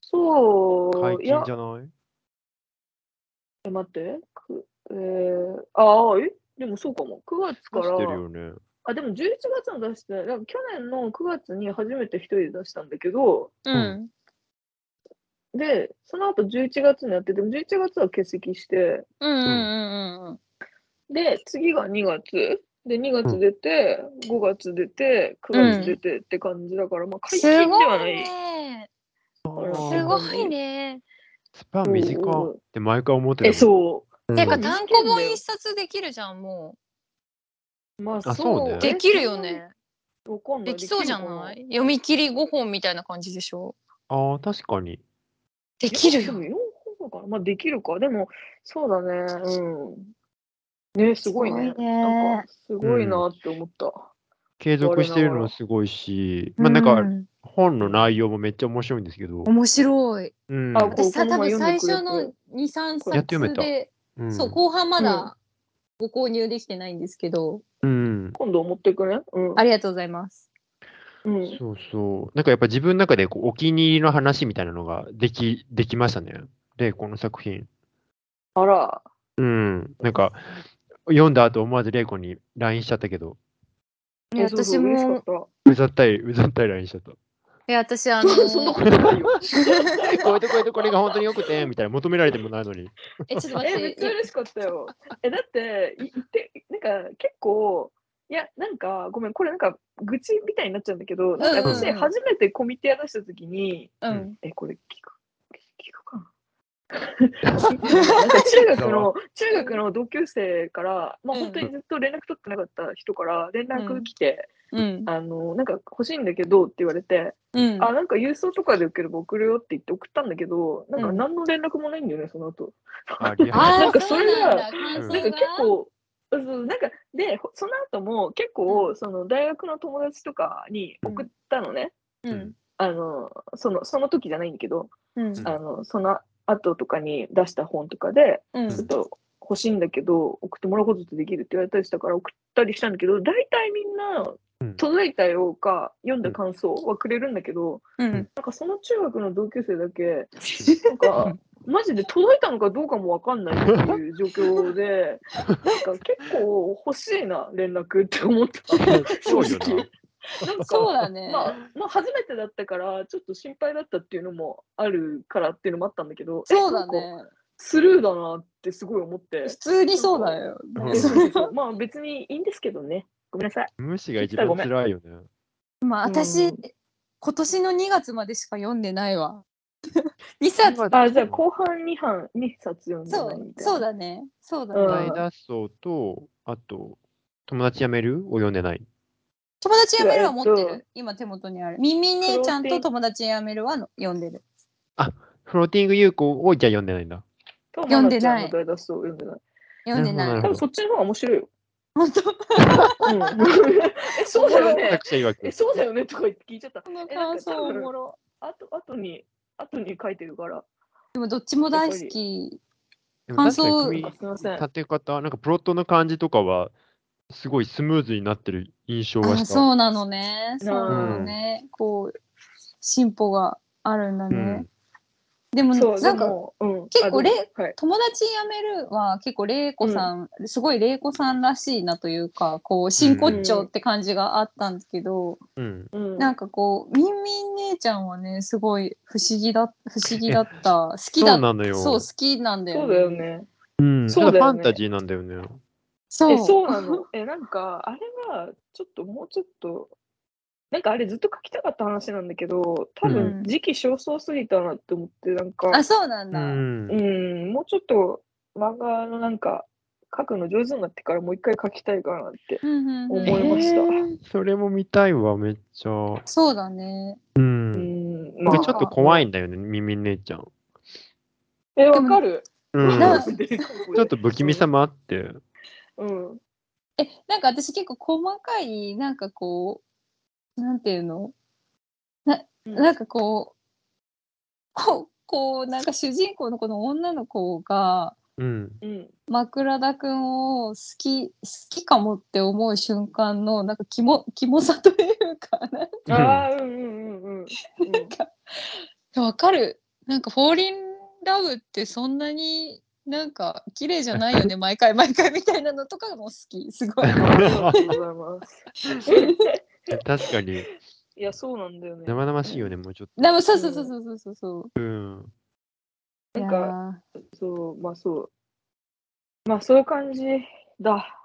[SPEAKER 1] そう、
[SPEAKER 2] 解
[SPEAKER 1] いや
[SPEAKER 2] 禁じ、ゃない
[SPEAKER 1] え待って、くえー、ああ、えでもそうかも、9月か
[SPEAKER 2] 出してる
[SPEAKER 1] ら、
[SPEAKER 2] よね。
[SPEAKER 1] あ、でも11月の出して、なんか去年の9月に初めて一人で出したんだけど、
[SPEAKER 3] うん。
[SPEAKER 1] で、その後11月にやってても、11月は欠席して、
[SPEAKER 3] うんうんうんうん。
[SPEAKER 1] で、次が2月。で、2月出て、5月出て、9月出てって感じだから、まあ、解
[SPEAKER 3] す
[SPEAKER 1] 禁で
[SPEAKER 3] ご
[SPEAKER 1] はいない。
[SPEAKER 3] ね。
[SPEAKER 1] ー
[SPEAKER 3] すごいね。
[SPEAKER 2] スパン短
[SPEAKER 1] うん
[SPEAKER 2] って毎回思ってた
[SPEAKER 1] え、そう。
[SPEAKER 2] うん。
[SPEAKER 3] てか
[SPEAKER 1] だ
[SPEAKER 3] 単行本一冊できるじゃんも
[SPEAKER 1] まあ、
[SPEAKER 2] あ
[SPEAKER 1] そう
[SPEAKER 2] そうね
[SPEAKER 3] う。
[SPEAKER 2] え
[SPEAKER 3] できるよ。ね。
[SPEAKER 1] わかんない。
[SPEAKER 3] できそうじゃ
[SPEAKER 1] できるか
[SPEAKER 3] ない読み切り5本みたいな感じでしょ
[SPEAKER 2] ああ、確かに。
[SPEAKER 3] できる
[SPEAKER 1] いや
[SPEAKER 3] よ。
[SPEAKER 1] でも4本かな。まあ、できるか。でも、そうだね。うん。ね、すごいね。
[SPEAKER 3] すごいね
[SPEAKER 1] なんか、すごいなって思った。
[SPEAKER 2] 継続してるのもすごいし、まあなん
[SPEAKER 3] う
[SPEAKER 2] か本の内容もめっちゃ面白いんですけど。
[SPEAKER 3] 面白い。
[SPEAKER 2] うん。
[SPEAKER 1] あこ
[SPEAKER 3] 私さ
[SPEAKER 1] この
[SPEAKER 3] 多
[SPEAKER 1] 前
[SPEAKER 3] 分
[SPEAKER 1] 読ん
[SPEAKER 3] 最
[SPEAKER 1] でくれて
[SPEAKER 3] 初の23
[SPEAKER 2] やっと読め
[SPEAKER 3] 冊
[SPEAKER 2] た
[SPEAKER 3] で、
[SPEAKER 2] うん
[SPEAKER 3] そう後半まだご購入できてないんですけど、
[SPEAKER 2] うん。
[SPEAKER 1] 今度持ってくね。うん。
[SPEAKER 3] ありがとうございます。
[SPEAKER 1] うん。
[SPEAKER 2] そうそう。なんかやっぱ自分の中でこうお気に入りの話みたいなのができ、できましたね。で、この作品。
[SPEAKER 1] あら。
[SPEAKER 2] うん。なんか、読んだ後思わず玲子に LINE しちゃったけど、
[SPEAKER 3] いや
[SPEAKER 1] えそうそ
[SPEAKER 3] 私
[SPEAKER 1] う嬉しか
[SPEAKER 3] も
[SPEAKER 1] った。
[SPEAKER 2] うざったい、うざったい LINE しちゃった。
[SPEAKER 3] いや私あ の
[SPEAKER 1] そそんなことないよ。
[SPEAKER 2] こういうとこういうとこれが本当によくて、みたいな求められてもないのに。
[SPEAKER 3] えちょっと待
[SPEAKER 1] え、
[SPEAKER 3] っ
[SPEAKER 1] めってちゃ嬉しかったよ。え、だって、い言って、なんか結構、いや、なんか、ごめん、これなんか、愚痴みたいになっちゃうんだけど、な
[SPEAKER 2] う
[SPEAKER 1] んか
[SPEAKER 2] んうんう
[SPEAKER 1] 私、
[SPEAKER 3] ん
[SPEAKER 1] 初めてコミティア出したときに、
[SPEAKER 3] うん
[SPEAKER 1] え、これ聞く、聞くかな なんか中学の、中学の同級生から、まあ
[SPEAKER 3] うん
[SPEAKER 1] 本当にずっと連絡取ってなかった人から連
[SPEAKER 3] う
[SPEAKER 1] 絡
[SPEAKER 3] ん
[SPEAKER 1] 来て、
[SPEAKER 3] うん
[SPEAKER 1] あの、なんか欲しいんだけどって言われて、
[SPEAKER 3] うん
[SPEAKER 1] あ、なんか郵送とかで受ければ送るよって言って送ったんだけど、なんか
[SPEAKER 3] うん
[SPEAKER 1] 何の連絡もないんだよね、その後。
[SPEAKER 2] あリア
[SPEAKER 3] あ
[SPEAKER 1] な
[SPEAKER 3] ー
[SPEAKER 1] んかそれが
[SPEAKER 3] そうなんだ感
[SPEAKER 1] な
[SPEAKER 3] 想が
[SPEAKER 1] んか結構、うんなんか、で、ほその後も結構、その大学の友達とかに送ったのね。
[SPEAKER 3] うん
[SPEAKER 1] あの、その、その時じゃないんだけど、
[SPEAKER 3] うん
[SPEAKER 2] ん
[SPEAKER 1] あの、その後とかに出した本とかで、
[SPEAKER 3] うん
[SPEAKER 1] ちょっと欲しいんだけど、送ってもらうことってできるって言われたりしたから送ったりしたんだけど、大体みんな
[SPEAKER 2] うん、
[SPEAKER 1] 届いたよか、読んだ感想はくれるんだけど、
[SPEAKER 3] うん
[SPEAKER 1] なんかその中学の同級生だけ、なんか、マジで届いたのかどうかもわかんないっていう状況で、なんか結構欲しいな、連絡って思った。
[SPEAKER 2] そうよ
[SPEAKER 1] 正直
[SPEAKER 2] な。
[SPEAKER 1] なん
[SPEAKER 3] そう
[SPEAKER 1] か、
[SPEAKER 3] だね。
[SPEAKER 1] まあ、まあ、初めてだったから、ちょっと心配だったっていうのもあるからっていうのもあったんだけど、え
[SPEAKER 3] そうだ。
[SPEAKER 1] なんか
[SPEAKER 3] ね。
[SPEAKER 1] スルーだなってすごい思って
[SPEAKER 3] 普。通にそうだよ。
[SPEAKER 2] うん
[SPEAKER 1] えそうそうまあ別にいいんですけどね。ごめんなさい。
[SPEAKER 2] 無視が一番辛いよね。
[SPEAKER 3] まあ
[SPEAKER 1] うん
[SPEAKER 3] 私、今年の2月までしか読んでな いわ。2冊。
[SPEAKER 1] あ、じゃあ後半2版、2冊読んで
[SPEAKER 3] そ
[SPEAKER 1] ないうみ、たいな。
[SPEAKER 3] そうだね。そうだ
[SPEAKER 1] うん
[SPEAKER 3] ね。
[SPEAKER 2] 大脱走と、あと、友達辞めるを読んでない。
[SPEAKER 3] 友達やめるは持って
[SPEAKER 1] えっ
[SPEAKER 3] る。今手元にある。ミミ姉ちゃん
[SPEAKER 1] プロテイ
[SPEAKER 3] と
[SPEAKER 1] ン
[SPEAKER 3] 友達やめるはの読んでる。
[SPEAKER 2] フローティング有効をじゃあ読んでないんだ。
[SPEAKER 1] と。
[SPEAKER 3] 読んでな
[SPEAKER 1] マナ
[SPEAKER 3] い
[SPEAKER 1] ちゃの大脱走読んでない。
[SPEAKER 3] 読んで
[SPEAKER 2] な
[SPEAKER 3] な
[SPEAKER 2] るほ
[SPEAKER 1] 多
[SPEAKER 3] い
[SPEAKER 2] ど。
[SPEAKER 1] 分そっちの方が面白いよ。
[SPEAKER 3] 本当
[SPEAKER 1] うん、 え、そうだよね。
[SPEAKER 2] 作者曰
[SPEAKER 1] え、
[SPEAKER 2] く。
[SPEAKER 1] そうだよねとか言って聞いちゃった。
[SPEAKER 3] この
[SPEAKER 1] えなん
[SPEAKER 3] 感
[SPEAKER 1] か
[SPEAKER 3] 想
[SPEAKER 1] 多
[SPEAKER 3] お
[SPEAKER 1] 分
[SPEAKER 3] もろ。
[SPEAKER 1] あと、あとに、後に書いてるから。
[SPEAKER 3] でもどっちも大好き。
[SPEAKER 2] でも
[SPEAKER 3] 感
[SPEAKER 2] 確
[SPEAKER 3] 想
[SPEAKER 2] か
[SPEAKER 1] なん
[SPEAKER 2] に
[SPEAKER 1] かすみませ
[SPEAKER 2] 組み
[SPEAKER 1] ん。
[SPEAKER 2] 立て方、なんかプロットの感じとかは、すごいスムーズになってる印象
[SPEAKER 3] あ
[SPEAKER 2] は
[SPEAKER 3] ー
[SPEAKER 2] した。
[SPEAKER 3] そうなのね。そうな
[SPEAKER 2] う
[SPEAKER 3] の
[SPEAKER 2] ん
[SPEAKER 3] ね。こう、進歩があるんだね。
[SPEAKER 2] うん
[SPEAKER 3] でも、
[SPEAKER 1] そう、
[SPEAKER 3] な
[SPEAKER 1] で
[SPEAKER 3] んか、
[SPEAKER 1] も、うん。
[SPEAKER 3] 結構
[SPEAKER 1] あどうぞ
[SPEAKER 3] れ
[SPEAKER 1] はい。
[SPEAKER 3] 友達辞めるは結構玲子さん、すごい玲子さんらしいなというか、こう、真骨頂って感じがあったんですけど、
[SPEAKER 2] うん。
[SPEAKER 1] うん。
[SPEAKER 3] なんかこう、みんみん姉ちゃんはね、すごい不思議だ、不思議だった。好きだ
[SPEAKER 2] そうなのよ
[SPEAKER 3] そう、好きなんだよね。
[SPEAKER 1] そうだよ。ね。
[SPEAKER 2] うん。
[SPEAKER 1] そうだ
[SPEAKER 2] た
[SPEAKER 1] よ
[SPEAKER 2] だフ
[SPEAKER 1] ね
[SPEAKER 2] ァンタジーなんだよね。
[SPEAKER 3] そう。
[SPEAKER 1] え、そうなの。え、なんか、あれは、ちょっともうちょっと、なんかあれずっと書きたかった話なんだけど、多
[SPEAKER 3] うん
[SPEAKER 1] 分時期尚早すぎたなって思って、なんか、
[SPEAKER 3] あ、そうなん
[SPEAKER 2] う
[SPEAKER 3] だ。
[SPEAKER 2] ん
[SPEAKER 1] う。ん、もうちょっと漫画のなんか、書くの上手になってからもう一回書きたいかなって。
[SPEAKER 3] うんうんうん
[SPEAKER 1] 思いました
[SPEAKER 2] えーそれも見たいわ、めっちゃ。
[SPEAKER 3] そうだね。
[SPEAKER 2] うん。
[SPEAKER 1] う
[SPEAKER 2] なんか
[SPEAKER 1] ん、まあ
[SPEAKER 2] ちょっと怖いんだよね、ミミ姉ちゃん。
[SPEAKER 1] え、わかる。
[SPEAKER 2] うん。
[SPEAKER 3] な
[SPEAKER 2] ち
[SPEAKER 3] ん
[SPEAKER 2] ょっと不気味さもあって。
[SPEAKER 1] うん。
[SPEAKER 3] え、なんか私結構細かい、なんかこう、なんていうのなんかこう、こう、こう、なんか主人公のこの女の子が、
[SPEAKER 2] うん。
[SPEAKER 1] うん。
[SPEAKER 3] 枕田くんを好き、好きかもって思う瞬間の、なんかキモ、キモさというか、なん
[SPEAKER 1] ああ、うんうんうんうん。うん
[SPEAKER 3] わかる。なんか、フォーリンラブってそんなになんか綺麗じゃない よね、毎回毎回みたいなのとかも好き。す ごい。
[SPEAKER 1] ありがとうございます。
[SPEAKER 2] うん 確かに、
[SPEAKER 1] いや、そうなんだよね。
[SPEAKER 2] 生々しいよね、もうちょっと。
[SPEAKER 3] でもそうそうそうそうそうそう。
[SPEAKER 2] うん。
[SPEAKER 3] う
[SPEAKER 1] なんか、そう、まあそう。まあそういう感じだ。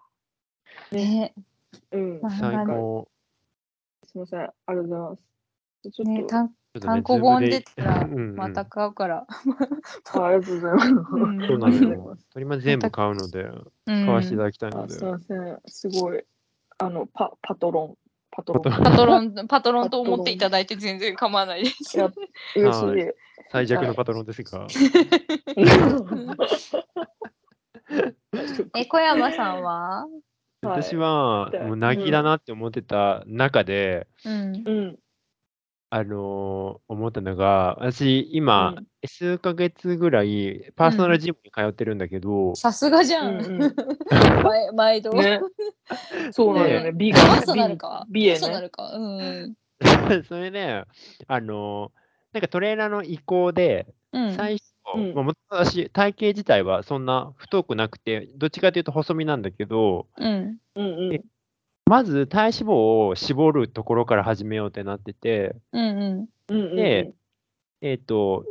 [SPEAKER 3] いやーね
[SPEAKER 1] うん。
[SPEAKER 3] まあ
[SPEAKER 2] 最高。
[SPEAKER 1] すみません。ありがとうございます。ちょ
[SPEAKER 3] ね
[SPEAKER 1] っと、
[SPEAKER 3] 単
[SPEAKER 2] ちょっとね
[SPEAKER 3] 単行本
[SPEAKER 2] Zoom
[SPEAKER 3] 出たら
[SPEAKER 2] うんうん
[SPEAKER 3] また買うから。
[SPEAKER 1] あありがとうございます。
[SPEAKER 3] うん
[SPEAKER 2] そうな
[SPEAKER 1] あり
[SPEAKER 2] の
[SPEAKER 1] がとうござい
[SPEAKER 2] よ。とりまず全部買うので、
[SPEAKER 3] うん
[SPEAKER 2] 買わせていただきたいの
[SPEAKER 1] あ
[SPEAKER 2] で。
[SPEAKER 1] すみません。すごい。あの、パパトロン。パトロ
[SPEAKER 2] パ
[SPEAKER 1] ン。
[SPEAKER 2] ト
[SPEAKER 3] パトロンパトロンと思っていただいて全然構わないです。
[SPEAKER 1] いや嬉しい。
[SPEAKER 2] は最弱のパトロンですが。
[SPEAKER 3] え小山さんは？
[SPEAKER 1] はい
[SPEAKER 2] 私は
[SPEAKER 1] で、
[SPEAKER 2] もう泣きだなって思ってた中で、
[SPEAKER 3] うん。
[SPEAKER 1] うん。
[SPEAKER 2] あのー思ったのが、私、今、
[SPEAKER 1] うん
[SPEAKER 2] 数ヶ月ぐらい、パーソナルジムに通ってるんだけど、
[SPEAKER 3] さすがじゃ
[SPEAKER 1] うん
[SPEAKER 3] ん。
[SPEAKER 1] うん
[SPEAKER 3] 毎毎度。
[SPEAKER 1] ね。そうなんだよね。美が
[SPEAKER 3] パーソナルか。
[SPEAKER 1] 美
[SPEAKER 3] パ
[SPEAKER 1] へ
[SPEAKER 3] ーソナ
[SPEAKER 1] ね。
[SPEAKER 3] ルか。う ん。
[SPEAKER 2] それで、あのーなんかトレーナーの意向で、
[SPEAKER 3] うん。
[SPEAKER 2] 最初、
[SPEAKER 1] うん
[SPEAKER 2] まあ、もともと私、体型自体はそんな太くなくて、どっちかというと細身なんだけど、
[SPEAKER 3] うん。
[SPEAKER 1] うんうん。
[SPEAKER 2] まず体脂肪を絞るところから始めようってなってて、
[SPEAKER 3] うんうん。
[SPEAKER 1] うんうん
[SPEAKER 2] でえっ、と、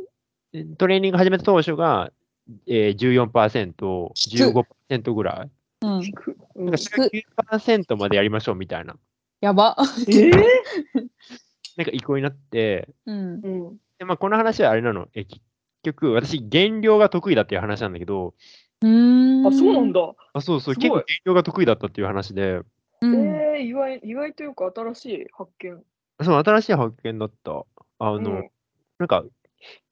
[SPEAKER 2] トレーニング始めた当初が、えー、14%、15%ぐらい。
[SPEAKER 3] うん
[SPEAKER 1] う
[SPEAKER 2] な
[SPEAKER 1] ん。
[SPEAKER 2] んか9%までやりましょうみたいな。
[SPEAKER 3] やば。
[SPEAKER 1] ええ
[SPEAKER 2] なんか意向になって、
[SPEAKER 3] うん。
[SPEAKER 1] うん。
[SPEAKER 2] でまあ、この話はあれなの。え結局、私、減量が得意だっていう話なんだけど、
[SPEAKER 3] うーん。
[SPEAKER 1] あ、そうなん
[SPEAKER 3] だ。
[SPEAKER 1] だ。
[SPEAKER 2] あそうそう、
[SPEAKER 1] すご
[SPEAKER 2] 結
[SPEAKER 1] い
[SPEAKER 2] 構減量が得意だったっていう話で、
[SPEAKER 3] うん。
[SPEAKER 1] ええ意外、意外というか新しい発見。
[SPEAKER 2] その新しい発見だった。あの、
[SPEAKER 1] うん
[SPEAKER 2] なんか、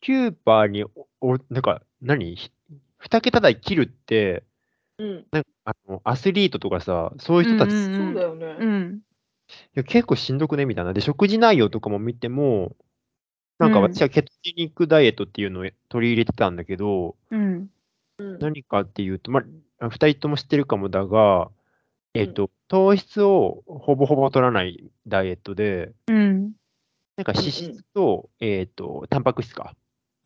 [SPEAKER 2] キューパーにお、おなんか何、ひ二桁台切るって、
[SPEAKER 1] うん。
[SPEAKER 2] あのアスリートとかさ、そういう人たち、
[SPEAKER 3] うんうん
[SPEAKER 2] い
[SPEAKER 1] そうだよね。
[SPEAKER 3] ん。
[SPEAKER 2] や結構しんどくねみたいな。で、食事内容とかも見ても、なんか
[SPEAKER 3] うん
[SPEAKER 2] 私はケトジニックダイエットっていうのを取り入れてたんだけど、
[SPEAKER 3] うん。
[SPEAKER 1] うん
[SPEAKER 2] 何かっていうと、まあ、二人とも知ってるかもだが、えっ、と、糖質をほぼほぼ取らないダイエットで、
[SPEAKER 3] うん。
[SPEAKER 2] なんか脂
[SPEAKER 1] うんうん
[SPEAKER 2] 質と、えっ、と、タンパク質か、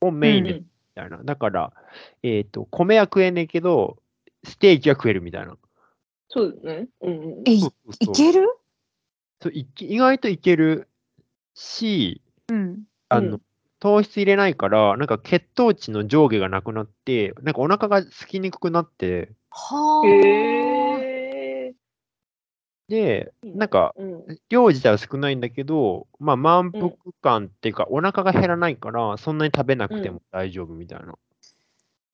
[SPEAKER 2] をメインでみたいな。だから、えっ、と、米は食えねえけど、ステーキは食えるみたいな。
[SPEAKER 1] そうだよね。うんうん。
[SPEAKER 3] え、い
[SPEAKER 2] そうそうそう
[SPEAKER 3] ける
[SPEAKER 2] そういけ意外といけるし、
[SPEAKER 3] うん。
[SPEAKER 2] あの、
[SPEAKER 1] うん
[SPEAKER 2] 糖質入れないから、なんか血糖値の上下がなくなって、なんかお腹が空きにくくなって、
[SPEAKER 3] はあ。
[SPEAKER 1] へえ
[SPEAKER 2] で、なんか、
[SPEAKER 1] うん。
[SPEAKER 2] 量自体は少ないんだけど、まあ、満腹感っていうか、お腹が減らないから、そんなに食べなくても大丈夫みたいな。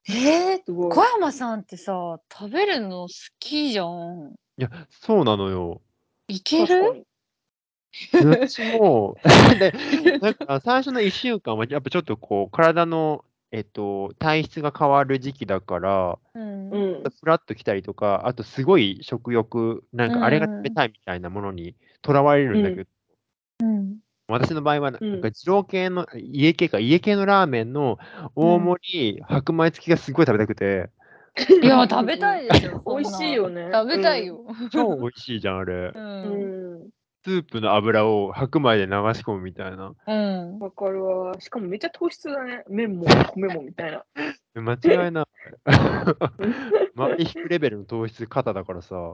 [SPEAKER 3] えー
[SPEAKER 1] すごい
[SPEAKER 3] 小。山さんってさ、食べるの好きじゃん。
[SPEAKER 2] いや、そうなのよ。
[SPEAKER 3] いけ
[SPEAKER 1] 確か
[SPEAKER 3] る
[SPEAKER 1] に
[SPEAKER 2] うちも、で、なんか最初の1週間は、やっぱちょっとこう、体の、えっと、体質が変わる時期だから、
[SPEAKER 3] うん
[SPEAKER 1] うん。
[SPEAKER 2] フラッと来たりとか、あとすごい食欲、なん
[SPEAKER 3] うんうん
[SPEAKER 2] かあれが食べたいみたいなものにとらわれるんだけど、
[SPEAKER 3] うん。
[SPEAKER 2] 私の場合は、なんか、
[SPEAKER 1] うん
[SPEAKER 2] 二郎系の、家系か、家系のラーメンの大盛り、白米付きがすごい食べたくて、
[SPEAKER 3] いや、食べたいですよ。
[SPEAKER 1] 美味しいよね。
[SPEAKER 3] 食べたいよ。
[SPEAKER 2] 超美味しいじゃん、あれ
[SPEAKER 3] う。。
[SPEAKER 1] うんん。うん。
[SPEAKER 2] スープの油を白米で流し込むみたいな。
[SPEAKER 3] うん。
[SPEAKER 1] わかるわ。しかもめっちゃ糖質だね。麺も米もみたいな。
[SPEAKER 2] 間違いない。周り引くレベルの糖質肩だからさ、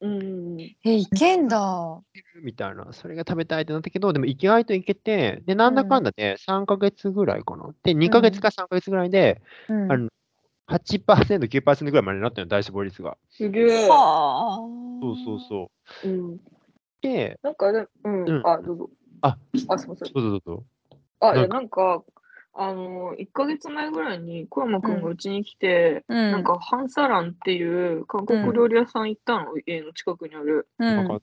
[SPEAKER 1] うん。
[SPEAKER 3] え、いけんだ。
[SPEAKER 2] みたいな、それが食べたいってなったけど、でも意外といけて、で、なんだかんだで3ヶ月ぐらいかな。で、2ヶ月か3ヶ月ぐらいで、
[SPEAKER 3] うん
[SPEAKER 2] あの8%、9%ぐらいまでになったのよ、体脂肪率が。
[SPEAKER 1] すげえ。
[SPEAKER 3] はあ。
[SPEAKER 2] そうそうそう。
[SPEAKER 1] うん。
[SPEAKER 2] で、
[SPEAKER 1] なんかね、うん。
[SPEAKER 2] うん
[SPEAKER 1] あ、どうぞ。
[SPEAKER 2] あ、
[SPEAKER 1] あ、すみません。
[SPEAKER 2] どうぞどうぞ。
[SPEAKER 1] あ、い
[SPEAKER 2] な
[SPEAKER 1] や、
[SPEAKER 2] ん
[SPEAKER 1] なんか、あの、1ヶ月前ぐらいに小山くんがうちに来て、
[SPEAKER 3] うん。
[SPEAKER 1] なんか、ハンサランっていう韓
[SPEAKER 3] う
[SPEAKER 1] 国
[SPEAKER 3] ん
[SPEAKER 1] 料理屋さん行ったの、家の近くにある。
[SPEAKER 3] う
[SPEAKER 2] なんか
[SPEAKER 3] ん、
[SPEAKER 1] い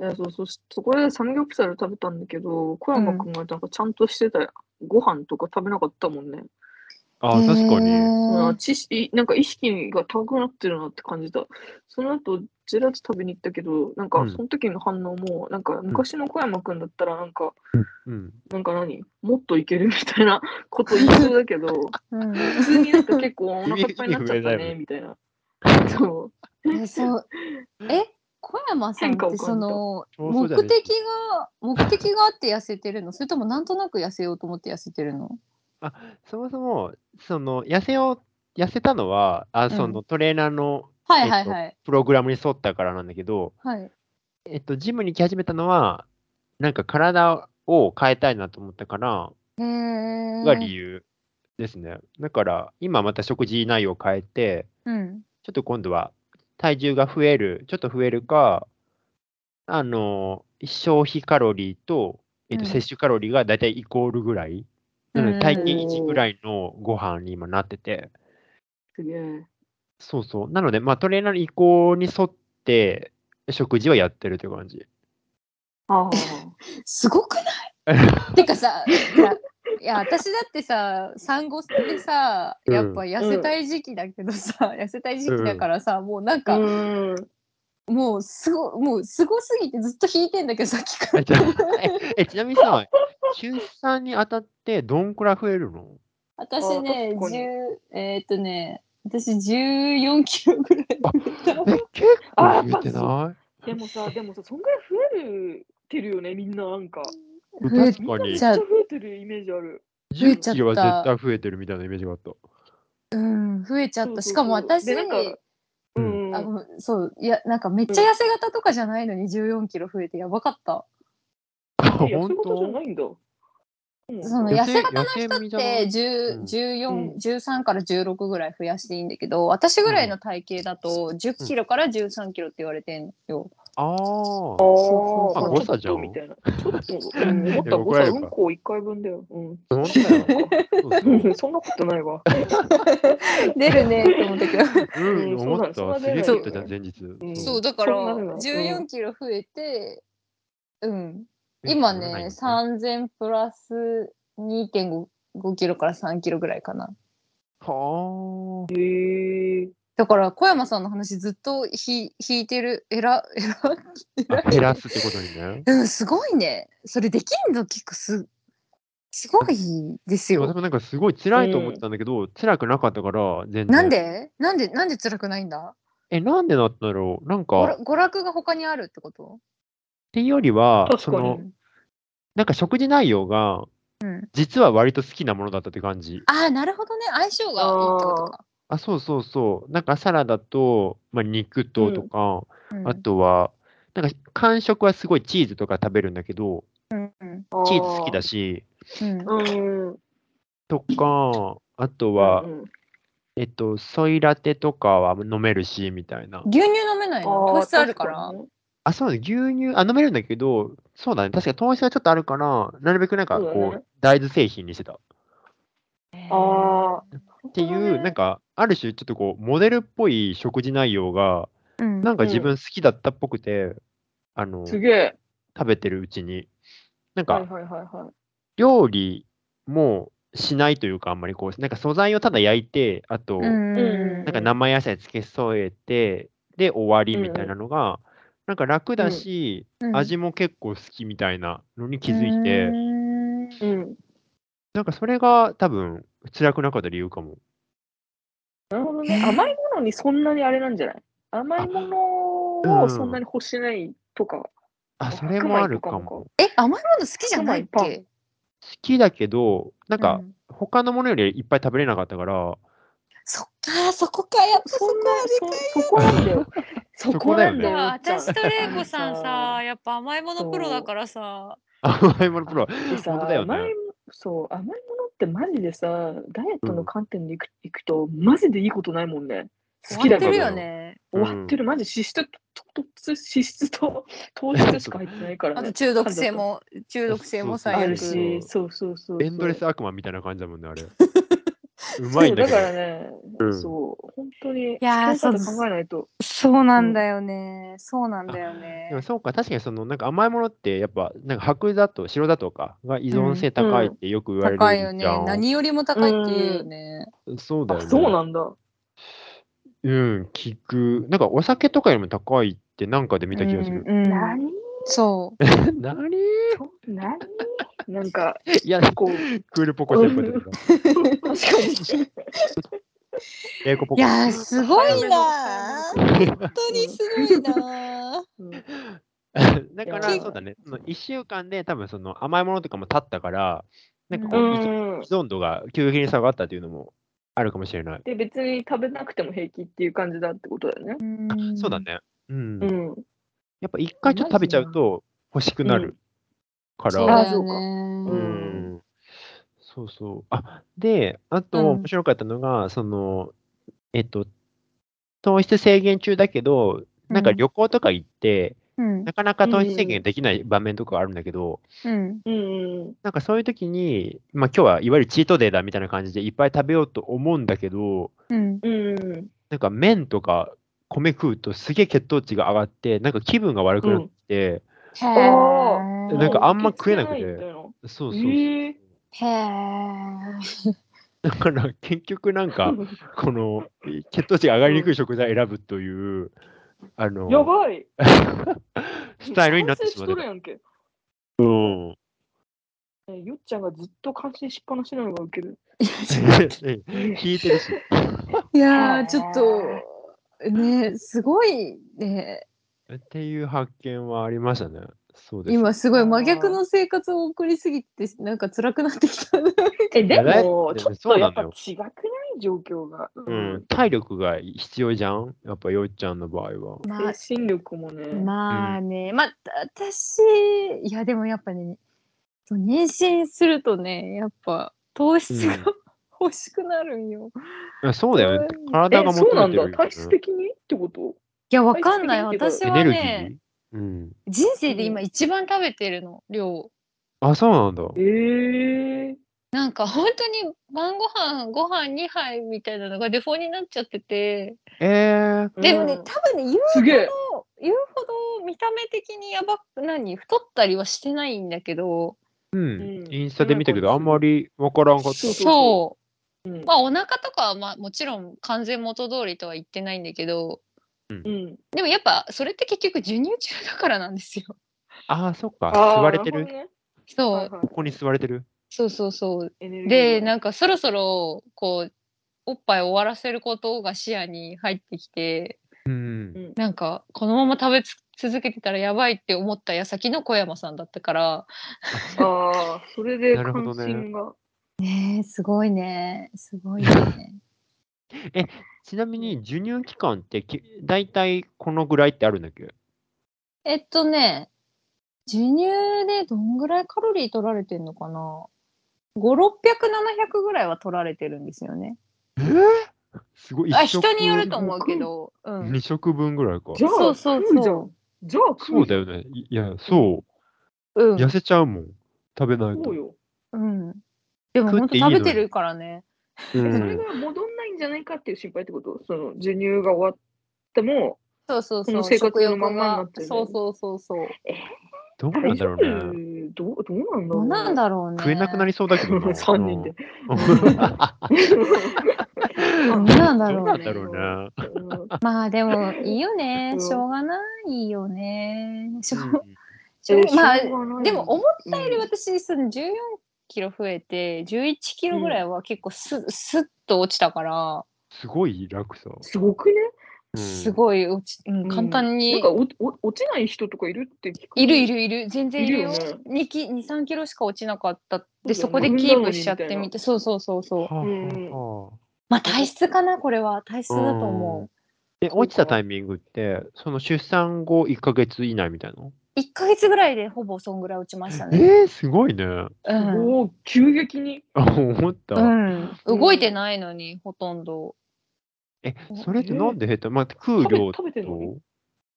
[SPEAKER 1] やそうそうしそこでサムギョプサル食べたんだけど、小山くんがなんかちゃんとしてたよご飯とか食べなかったもんね。
[SPEAKER 2] あ、確か
[SPEAKER 3] へ
[SPEAKER 2] に。
[SPEAKER 1] う
[SPEAKER 3] ー
[SPEAKER 1] ん、知識、なんか意識が高くなってるなって感じた。その後、ジェラート食べに行ったけど、なん
[SPEAKER 2] う
[SPEAKER 1] か
[SPEAKER 2] ん
[SPEAKER 1] その時の反応も、なんか昔の小山くんだったら、なんか、
[SPEAKER 2] うん。
[SPEAKER 1] なんか何もっといけるみたいなこと言いそうだけど、普通になんか結構お腹いっぱいになっちゃったね、みたいな。 そう。
[SPEAKER 3] えそうえ小山さんっ
[SPEAKER 1] 変化を感
[SPEAKER 3] て
[SPEAKER 1] じた
[SPEAKER 3] その
[SPEAKER 2] そうそう
[SPEAKER 3] 目
[SPEAKER 2] じゃない
[SPEAKER 3] 的
[SPEAKER 2] です
[SPEAKER 3] が目的があって痩せてるのそれともなんとなく痩せようと思って痩せてるの
[SPEAKER 2] そもそも、その、痩せを、痩せたのは、あ、その、トレーナーの
[SPEAKER 3] はいはいはい、
[SPEAKER 2] プログラムに沿ったからなんだけど、
[SPEAKER 3] はい
[SPEAKER 2] えっと、ジムに行き始めたのは、なんか体を変えたいなと思ったから、
[SPEAKER 3] へえ
[SPEAKER 2] が理由ですね。だから、今また食事内容を変えて、
[SPEAKER 3] うん
[SPEAKER 2] ちょっと今度は体重が増える、ちょっと増えるか、あの、消費カロリーと、えっと、
[SPEAKER 3] うん
[SPEAKER 2] 摂取カロリーがだいたいイコールぐらい、なの
[SPEAKER 3] う
[SPEAKER 2] で
[SPEAKER 3] ん
[SPEAKER 2] 体験1ぐらいのご飯に今なってて、
[SPEAKER 1] すげえ。
[SPEAKER 2] そうそう。なので、まあ、トレーナーの意向に沿って、食事はやってるって感じ。
[SPEAKER 1] ああ。
[SPEAKER 3] すごくないてかさいやいや私だってさ産後でさやっぱ痩せたい時期だけどさ、痩せたい時期だからさ、もう なんか、
[SPEAKER 1] うん。
[SPEAKER 3] もうすごもうすごすぎてずっと引いてんだけどさっきから
[SPEAKER 2] あじゃあええ、ちなみにさ、出産にあたってどんくらい増え るの
[SPEAKER 3] 私ね、
[SPEAKER 1] あ確かに
[SPEAKER 3] 10えーっとね、私14キロぐらい増えた。
[SPEAKER 2] え、結構増えてな
[SPEAKER 1] でもさ、でもさ、そんぐらい増えるてるよね、みんななんか。
[SPEAKER 2] い
[SPEAKER 3] 増え
[SPEAKER 2] 確か
[SPEAKER 1] めっ
[SPEAKER 2] に
[SPEAKER 1] ち。ゃ増えてるイメージある。
[SPEAKER 3] 増えちゃった
[SPEAKER 2] 10キロは絶対増えてるみたいなイメージがあった。
[SPEAKER 3] うん、増えちゃ
[SPEAKER 1] そ
[SPEAKER 3] っ
[SPEAKER 1] うそ
[SPEAKER 3] た。
[SPEAKER 1] うそう
[SPEAKER 3] しかも私、
[SPEAKER 1] でなんか
[SPEAKER 2] う
[SPEAKER 1] うんん。
[SPEAKER 3] あごめんそう、いや、なんかめっちゃ痩せ型とかじゃないのに14キロ増えてやばかった。
[SPEAKER 1] いやそういうことじゃ
[SPEAKER 2] 当
[SPEAKER 1] ないんだ。うん
[SPEAKER 3] その
[SPEAKER 2] 痩
[SPEAKER 3] 痩
[SPEAKER 2] せ
[SPEAKER 3] せ型の
[SPEAKER 2] 痩せ身じ
[SPEAKER 3] 人
[SPEAKER 2] ゃ
[SPEAKER 3] っ
[SPEAKER 2] ない
[SPEAKER 3] て10
[SPEAKER 2] うん
[SPEAKER 1] うん
[SPEAKER 3] 14 13から16ぐらい増やしていいんだけど、私ぐらいの体型だと10キロから13キロって言われてんよ。
[SPEAKER 2] あ
[SPEAKER 1] あ
[SPEAKER 2] あ、
[SPEAKER 1] ー
[SPEAKER 2] あ
[SPEAKER 1] まあ、
[SPEAKER 2] 誤差じゃん
[SPEAKER 1] ちょっとみたいな。ちょっと、うん、思っ
[SPEAKER 2] いや
[SPEAKER 1] た
[SPEAKER 2] 怒
[SPEAKER 1] 誤
[SPEAKER 2] られる
[SPEAKER 1] 差、う
[SPEAKER 2] か
[SPEAKER 1] んこを一回分だよ。うん。
[SPEAKER 2] 本当だよ。そうそう
[SPEAKER 1] うん そんなことないわ。
[SPEAKER 3] 出るねって思ったけど。
[SPEAKER 2] うん、
[SPEAKER 1] うんそう
[SPEAKER 2] 思
[SPEAKER 1] な
[SPEAKER 2] っ
[SPEAKER 1] んそん
[SPEAKER 2] た。
[SPEAKER 1] な
[SPEAKER 2] すげえ
[SPEAKER 1] 出
[SPEAKER 2] 太
[SPEAKER 1] ない
[SPEAKER 2] ったじゃん、前日。
[SPEAKER 3] そうだから
[SPEAKER 1] そんなのう
[SPEAKER 3] 14
[SPEAKER 1] ん
[SPEAKER 3] キロ増えて、うん、
[SPEAKER 2] え
[SPEAKER 3] 今
[SPEAKER 2] ならない
[SPEAKER 3] ね
[SPEAKER 2] よ
[SPEAKER 3] 3000プラス2.5キロから3キロぐらいかな
[SPEAKER 2] はあ。
[SPEAKER 1] へえ。
[SPEAKER 3] だから小山さんの話ずっとひ引いてるえらえら
[SPEAKER 2] あ減らすってこと にね。
[SPEAKER 3] うん すごいねそれできんの結構すすごいです
[SPEAKER 2] 私
[SPEAKER 3] よ
[SPEAKER 2] もなんかすごい辛いと思ったんだけど、辛くなかったから、全然。
[SPEAKER 3] なんでなんでなんで辛くないんだ
[SPEAKER 2] え、なんでだったんだろうなん
[SPEAKER 3] ご
[SPEAKER 2] か、
[SPEAKER 3] ら
[SPEAKER 2] っ
[SPEAKER 3] 娯楽が他にあるってこと
[SPEAKER 2] ていうよりは、
[SPEAKER 1] 確
[SPEAKER 2] そ
[SPEAKER 1] かに
[SPEAKER 3] う
[SPEAKER 2] の、
[SPEAKER 3] ん
[SPEAKER 2] なんか食事内容が、
[SPEAKER 3] うん
[SPEAKER 2] 実は割と好きなものだったって感じ。
[SPEAKER 3] ああなるほどね相性がいいってことか
[SPEAKER 2] あ、そうそうそう。なんかサラダと、まあ、肉ととか、
[SPEAKER 3] うん
[SPEAKER 2] あとは、なんか感触はすごいチーズとか食べるんだけど、
[SPEAKER 3] うんうん
[SPEAKER 2] チーズ好きだし、
[SPEAKER 3] うん
[SPEAKER 1] うん。
[SPEAKER 2] とか、あとは、
[SPEAKER 1] うんうん
[SPEAKER 2] えっと、ソイラテとかは飲めるし、みたいな。
[SPEAKER 3] 牛乳飲めないの糖質あるから。
[SPEAKER 1] ー確にね
[SPEAKER 2] あ、そうだね。牛乳、あ、飲めるんだけど、そうだね。確か糖質がちょっとあるから、なるべくなんか
[SPEAKER 1] そうだ
[SPEAKER 2] こ
[SPEAKER 1] ね
[SPEAKER 2] う、大豆製品にしてた。
[SPEAKER 1] ああ。
[SPEAKER 2] っていう、なん
[SPEAKER 1] か、
[SPEAKER 2] か、ある種、ちょっとこう、モデルっぽい食事内容が、
[SPEAKER 3] うん
[SPEAKER 2] なんか自
[SPEAKER 1] うん
[SPEAKER 2] 分好きだったっぽくて、あの、
[SPEAKER 1] す
[SPEAKER 2] 食
[SPEAKER 1] げえ。
[SPEAKER 2] べてるうちに、なん
[SPEAKER 1] はい
[SPEAKER 2] か、
[SPEAKER 1] はいはいはい。
[SPEAKER 2] 料理もしないというか、あんまりこう、なんか素材をただ焼いて、あと、
[SPEAKER 3] うん
[SPEAKER 1] うん
[SPEAKER 2] なんか生野菜付け添えて、で、終わりみたいなのが、なんか楽だし、
[SPEAKER 3] うん
[SPEAKER 2] 味も結構好きみたいなのに気づいて、
[SPEAKER 3] うーん
[SPEAKER 1] うん。
[SPEAKER 2] なんかそれが多分辛くなかった理由かも。
[SPEAKER 1] なるほどね。甘いものにそんなにあれなんじゃない甘いものをそんなに欲しないとか。
[SPEAKER 2] あ、
[SPEAKER 1] あ
[SPEAKER 2] それもあるか
[SPEAKER 1] 白米とか
[SPEAKER 2] も
[SPEAKER 1] も。
[SPEAKER 3] え、甘いもの好きじゃないっ
[SPEAKER 1] 白
[SPEAKER 3] け
[SPEAKER 2] 好きだけど、なんか
[SPEAKER 3] うん
[SPEAKER 2] 他のものよりいっぱい食べれなかったから、
[SPEAKER 3] そっか、そこか、やっぱそこ
[SPEAKER 1] そ
[SPEAKER 3] は
[SPEAKER 1] ん
[SPEAKER 3] で
[SPEAKER 1] なそ、そこなんだよ。そこなんだ
[SPEAKER 2] そ
[SPEAKER 1] よ。
[SPEAKER 3] かい。
[SPEAKER 1] よっちゃ
[SPEAKER 3] 私
[SPEAKER 1] ん
[SPEAKER 3] と玲子さんさ、やっぱ甘いも
[SPEAKER 1] そ
[SPEAKER 3] の
[SPEAKER 1] う
[SPEAKER 3] プロだからさ。
[SPEAKER 2] 甘いものプロ。
[SPEAKER 1] でさ
[SPEAKER 2] 本当だよね
[SPEAKER 1] 甘いもそう甘いものってマジでさダイエットの観点でいく,、いくとマジでいいことないもんね好き
[SPEAKER 3] 終
[SPEAKER 1] だ
[SPEAKER 3] わ
[SPEAKER 1] け
[SPEAKER 3] って
[SPEAKER 1] ど
[SPEAKER 3] るよ
[SPEAKER 2] う
[SPEAKER 3] ね。
[SPEAKER 2] ん
[SPEAKER 1] 終わってるマジ脂質ととと脂質と糖質しか入ってないか ら
[SPEAKER 3] あ
[SPEAKER 1] ね
[SPEAKER 3] と中毒性も、中毒性も最悪。
[SPEAKER 1] ある
[SPEAKER 2] そうそう
[SPEAKER 1] しそうそうそうそう
[SPEAKER 2] エンドレス悪魔みたいな感じだもんね、あ れ。うまいんだけ
[SPEAKER 1] そうだから
[SPEAKER 2] ど。
[SPEAKER 1] ね、
[SPEAKER 2] うん
[SPEAKER 1] そう本当に
[SPEAKER 3] いやー
[SPEAKER 1] 使い方考えないと
[SPEAKER 3] そうなんだよね。そうなんだよね
[SPEAKER 2] でも。そうか、確かにそのなんか甘いものって、やっぱなんか白砂糖、白砂糖か、が依存性高いってよく言われ
[SPEAKER 3] 高いよ
[SPEAKER 2] る
[SPEAKER 3] ね
[SPEAKER 2] じゃん。。
[SPEAKER 3] 何よりも高いって言うよね。
[SPEAKER 2] そうだよ
[SPEAKER 1] あ
[SPEAKER 2] ね。
[SPEAKER 1] そうなんだ
[SPEAKER 2] うん、聞く。なんかお酒とかよりも高いってなんかで見た気がする。
[SPEAKER 3] うんうん
[SPEAKER 1] 何
[SPEAKER 3] そう。
[SPEAKER 2] 何
[SPEAKER 1] と何なんか
[SPEAKER 2] いや、
[SPEAKER 1] こう
[SPEAKER 2] クールポコ先輩だけど。
[SPEAKER 1] 確かに
[SPEAKER 2] 英語ポ
[SPEAKER 3] い
[SPEAKER 2] コ。
[SPEAKER 3] やー、すごいなー。本当にすごいなー。
[SPEAKER 1] うん
[SPEAKER 2] だか
[SPEAKER 1] い
[SPEAKER 2] ら、
[SPEAKER 1] や
[SPEAKER 2] そうだね。その1週間で多分その甘いものとかも経ったから、なんかこ
[SPEAKER 1] う
[SPEAKER 2] う、依存
[SPEAKER 1] ん、
[SPEAKER 2] 依存度が急激に下がったっていうのもあるかもしれない。
[SPEAKER 1] で別に食べなくても平気っていう感じだってことだよね。
[SPEAKER 2] そうだ。ね。うん。
[SPEAKER 1] うん。
[SPEAKER 2] やっぱ一回ちょっと食べちゃうと欲しくなるか
[SPEAKER 3] そう
[SPEAKER 2] ら。
[SPEAKER 3] だよ
[SPEAKER 2] う
[SPEAKER 1] あ
[SPEAKER 3] ね
[SPEAKER 1] そうか
[SPEAKER 2] ん。そうそう。あ、で、あと
[SPEAKER 3] うん
[SPEAKER 2] 面白かったのが、その、えっと、糖質制限中だけど、なんか
[SPEAKER 3] うん
[SPEAKER 2] 旅行とか行って、
[SPEAKER 3] うん
[SPEAKER 2] なかなか糖質制限できない場面とかあるんだけど、
[SPEAKER 3] うん
[SPEAKER 1] うんうん。
[SPEAKER 2] なんかそういう時に、まあ今日はいわゆるチートデーだみたいな感じでいっぱい食べようと思うんだけど、
[SPEAKER 3] うん
[SPEAKER 1] うん。
[SPEAKER 2] なんか麺とか米食うとすげえ血糖値が上がって、なんか気分が悪くなって、
[SPEAKER 3] へ
[SPEAKER 1] あ
[SPEAKER 3] ー
[SPEAKER 2] なんかあんま食えなくて
[SPEAKER 1] 受け付けないみ
[SPEAKER 2] そうそうそう。
[SPEAKER 1] え
[SPEAKER 3] へー
[SPEAKER 2] だから結局なん
[SPEAKER 1] た
[SPEAKER 2] か
[SPEAKER 1] い、な
[SPEAKER 2] この血糖値が上がりにくい食材を選ぶという、あの、
[SPEAKER 1] やばい。
[SPEAKER 2] スタイルになってしま
[SPEAKER 1] 感染しとる
[SPEAKER 2] う。
[SPEAKER 1] やんけ。
[SPEAKER 2] うん。
[SPEAKER 1] ねよっちゃんがずっと感心しっぱなしなのがウケ る。
[SPEAKER 2] 聞いてるし。
[SPEAKER 3] いやーちょっとねすごいね
[SPEAKER 2] っていう発見はありましたね。そうです。
[SPEAKER 3] 今すごい真逆の生活を送りすぎてなんか辛くなってきたな
[SPEAKER 1] え、で
[SPEAKER 2] いや
[SPEAKER 1] も、
[SPEAKER 2] だ
[SPEAKER 1] ちょっ
[SPEAKER 2] そ
[SPEAKER 1] と
[SPEAKER 2] うな
[SPEAKER 1] やっ
[SPEAKER 2] の
[SPEAKER 1] ぱ
[SPEAKER 2] よ
[SPEAKER 1] 違くない状況が。う
[SPEAKER 2] うん、。体力が必要じゃんやっぱよっちゃんの場合は。
[SPEAKER 3] ま
[SPEAKER 1] 精神力もね。
[SPEAKER 3] あまあねまあ私いやでもやっぱねそう妊娠するとねやっぱ糖質が
[SPEAKER 2] うん
[SPEAKER 3] 欲しくなるんよ
[SPEAKER 2] あそうだよね。体
[SPEAKER 1] え、
[SPEAKER 2] が
[SPEAKER 1] そう
[SPEAKER 2] 求
[SPEAKER 1] な
[SPEAKER 2] めて
[SPEAKER 1] ん
[SPEAKER 2] るよ
[SPEAKER 1] だ。
[SPEAKER 2] ね。
[SPEAKER 1] 体質的にってこと
[SPEAKER 3] いやわかんない
[SPEAKER 1] 体質的にっ
[SPEAKER 2] エネ
[SPEAKER 1] ていう
[SPEAKER 3] 私は
[SPEAKER 2] ルギ
[SPEAKER 3] ね
[SPEAKER 2] ーうん。
[SPEAKER 3] 人生で今一番食べてるの量
[SPEAKER 2] あ、そうなんだ。
[SPEAKER 1] ええ。
[SPEAKER 3] なんか本当に晩ご飯ご飯2杯みたいなのがデフォになっちゃってて
[SPEAKER 2] えー、
[SPEAKER 3] でもね、
[SPEAKER 1] うん
[SPEAKER 3] 多分ね言う
[SPEAKER 1] すげえ。
[SPEAKER 3] ほど言うほど見た目的にやばく何太ったりはしてないんだけど
[SPEAKER 2] うん
[SPEAKER 1] うん
[SPEAKER 2] インスタで見たけど、あ
[SPEAKER 1] なんん
[SPEAKER 2] ま
[SPEAKER 1] かすごい
[SPEAKER 2] りわからんかった
[SPEAKER 1] そ。ううん
[SPEAKER 3] まあお腹とかは、まあ、もちろん完全元通りとは言ってないんだけど
[SPEAKER 1] うん。
[SPEAKER 3] でもやっぱそれって結局授乳中だからなんですよ。
[SPEAKER 2] あー、そっか。
[SPEAKER 1] あ
[SPEAKER 2] 吸
[SPEAKER 1] ー
[SPEAKER 2] われて
[SPEAKER 1] な
[SPEAKER 2] る。
[SPEAKER 1] ほどね
[SPEAKER 3] そう、
[SPEAKER 1] はいはい
[SPEAKER 2] ここに吸われてる。
[SPEAKER 3] そうそうそう
[SPEAKER 1] エネルギー
[SPEAKER 3] で
[SPEAKER 1] が
[SPEAKER 3] なんかそろそろこうおっぱい終わらせることが視野に入ってきて
[SPEAKER 2] うん
[SPEAKER 1] うん。
[SPEAKER 3] なんかこのまま食べつ続けてたらやばいって思った矢先の小山さんだったから
[SPEAKER 1] ああ、それで
[SPEAKER 2] なるほど
[SPEAKER 1] 関
[SPEAKER 2] ね
[SPEAKER 1] 心が。
[SPEAKER 3] ねえすごいねすごい ね
[SPEAKER 2] ちなみに、授乳期間ってき、大体このぐらいってあるんだっけ
[SPEAKER 3] えっとね授乳でどんぐらいカロリー取られてんのかな500600ぐらいは取られてるんですよね
[SPEAKER 2] えすごい。
[SPEAKER 3] あ
[SPEAKER 2] 一食
[SPEAKER 3] 人によると思うけど、うん、
[SPEAKER 2] 二食分ぐらいか。
[SPEAKER 1] じゃあ、
[SPEAKER 3] そうそう
[SPEAKER 1] 食うじゃ
[SPEAKER 3] そ
[SPEAKER 1] ん。じゃあ、
[SPEAKER 2] そうだ
[SPEAKER 1] よ。
[SPEAKER 2] よね。いいや、そう。
[SPEAKER 3] う
[SPEAKER 2] 痩せちゃうもん。食べない
[SPEAKER 1] そう
[SPEAKER 2] と。
[SPEAKER 1] よ。
[SPEAKER 3] うん、うん、でも
[SPEAKER 2] 食
[SPEAKER 3] 本
[SPEAKER 2] って
[SPEAKER 3] 当
[SPEAKER 2] いいの
[SPEAKER 3] 食
[SPEAKER 2] に
[SPEAKER 3] べてるからね
[SPEAKER 2] う
[SPEAKER 1] えそれ
[SPEAKER 2] ん。
[SPEAKER 1] が戻んないんじゃないかっていう心配ってことその授乳が終わっても、
[SPEAKER 3] そうそうそう。
[SPEAKER 1] この生活の
[SPEAKER 3] 食欲
[SPEAKER 1] ま
[SPEAKER 3] が
[SPEAKER 1] んまになってるんだ
[SPEAKER 3] そ
[SPEAKER 1] よ
[SPEAKER 3] う
[SPEAKER 1] ね
[SPEAKER 3] そうそうそう。
[SPEAKER 2] どうなん
[SPEAKER 1] 大
[SPEAKER 2] だろ
[SPEAKER 1] 丈夫
[SPEAKER 2] うね。
[SPEAKER 1] どうどうなんだ
[SPEAKER 3] ど
[SPEAKER 1] ろ
[SPEAKER 3] う
[SPEAKER 1] う
[SPEAKER 3] なんだろうね。
[SPEAKER 2] 食えなくなりそうだけどな。
[SPEAKER 1] 3人で。
[SPEAKER 2] うん。
[SPEAKER 3] どうなんだ
[SPEAKER 2] どう
[SPEAKER 3] ろう
[SPEAKER 2] なん
[SPEAKER 3] ね
[SPEAKER 2] だろうな。
[SPEAKER 1] うん
[SPEAKER 3] まあでもいいよね
[SPEAKER 1] うん
[SPEAKER 3] しょうがないよねしょう
[SPEAKER 2] うん
[SPEAKER 3] しょう
[SPEAKER 1] えー
[SPEAKER 3] まあ
[SPEAKER 1] しょうがない
[SPEAKER 3] でも思ったより
[SPEAKER 1] うん
[SPEAKER 3] 私その14キロ増えて11キロぐらいは結構す、スッと落ちたから
[SPEAKER 2] すごい楽さ。
[SPEAKER 1] すごくね
[SPEAKER 2] うん
[SPEAKER 3] すごい落ち、うん、簡単
[SPEAKER 1] な
[SPEAKER 3] に
[SPEAKER 1] んかおお落ちない人とかいるって聞く
[SPEAKER 3] いるいるいる全然いるよ
[SPEAKER 1] いるよね
[SPEAKER 3] 2キ23キロしか落ちなかったでそ
[SPEAKER 1] そう
[SPEAKER 3] こ
[SPEAKER 1] だよね
[SPEAKER 3] でキープしちゃって
[SPEAKER 1] 運動のに
[SPEAKER 3] み
[SPEAKER 1] み
[SPEAKER 3] てそうそうそうそう
[SPEAKER 2] はあはあ
[SPEAKER 1] うん
[SPEAKER 2] はあ
[SPEAKER 3] まあ体質かなこれは体質だと
[SPEAKER 2] う
[SPEAKER 3] 思
[SPEAKER 2] んで、落ちたタイミングって、その出産後1ヶ月以内みたいなの
[SPEAKER 3] う1か月ぐらいでほぼそんぐらい落ちましたね、
[SPEAKER 2] えー、すごいね。
[SPEAKER 3] うん
[SPEAKER 1] おお急激に
[SPEAKER 2] あ、思った。
[SPEAKER 3] う、
[SPEAKER 1] うんん
[SPEAKER 3] 動いてないのにほとんど
[SPEAKER 2] え、それってなんで減ったまあ、食う量と
[SPEAKER 1] 食べてんの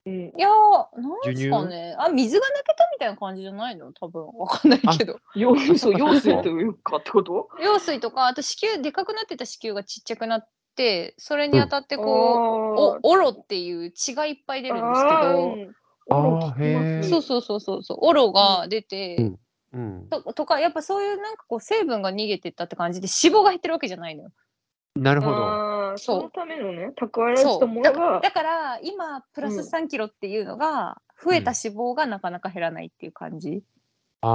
[SPEAKER 1] うん
[SPEAKER 3] いやーなんすか
[SPEAKER 2] 授
[SPEAKER 3] ねあ水が抜けたみたいな感じじゃないの多分わかんないけど
[SPEAKER 1] 用水
[SPEAKER 2] そうか
[SPEAKER 1] 用水というかってこと
[SPEAKER 3] 羊水とかあと子宮でかくなってた子宮がちっちゃくなってそれに当たってこう、おオロっていう血がいっぱい出
[SPEAKER 1] 出
[SPEAKER 3] るんですけど
[SPEAKER 2] あー
[SPEAKER 1] おろき
[SPEAKER 2] へ
[SPEAKER 1] ま
[SPEAKER 2] ー
[SPEAKER 1] す
[SPEAKER 3] そうそうそうそうそうオロが出て、
[SPEAKER 2] うんうん。
[SPEAKER 3] ととかやっぱそういうなんかこう成分が逃げてったって感じで脂肪が減ってるわけじゃないのよ。
[SPEAKER 2] なるほど。
[SPEAKER 1] あー
[SPEAKER 3] そう
[SPEAKER 1] そのためのね蓄えられて
[SPEAKER 3] そ
[SPEAKER 1] た
[SPEAKER 3] う
[SPEAKER 1] も
[SPEAKER 3] だ
[SPEAKER 1] の
[SPEAKER 3] か
[SPEAKER 1] が
[SPEAKER 3] だから今プラス3キロっていうのが増えた脂肪がなかなか減らないっていう感じ、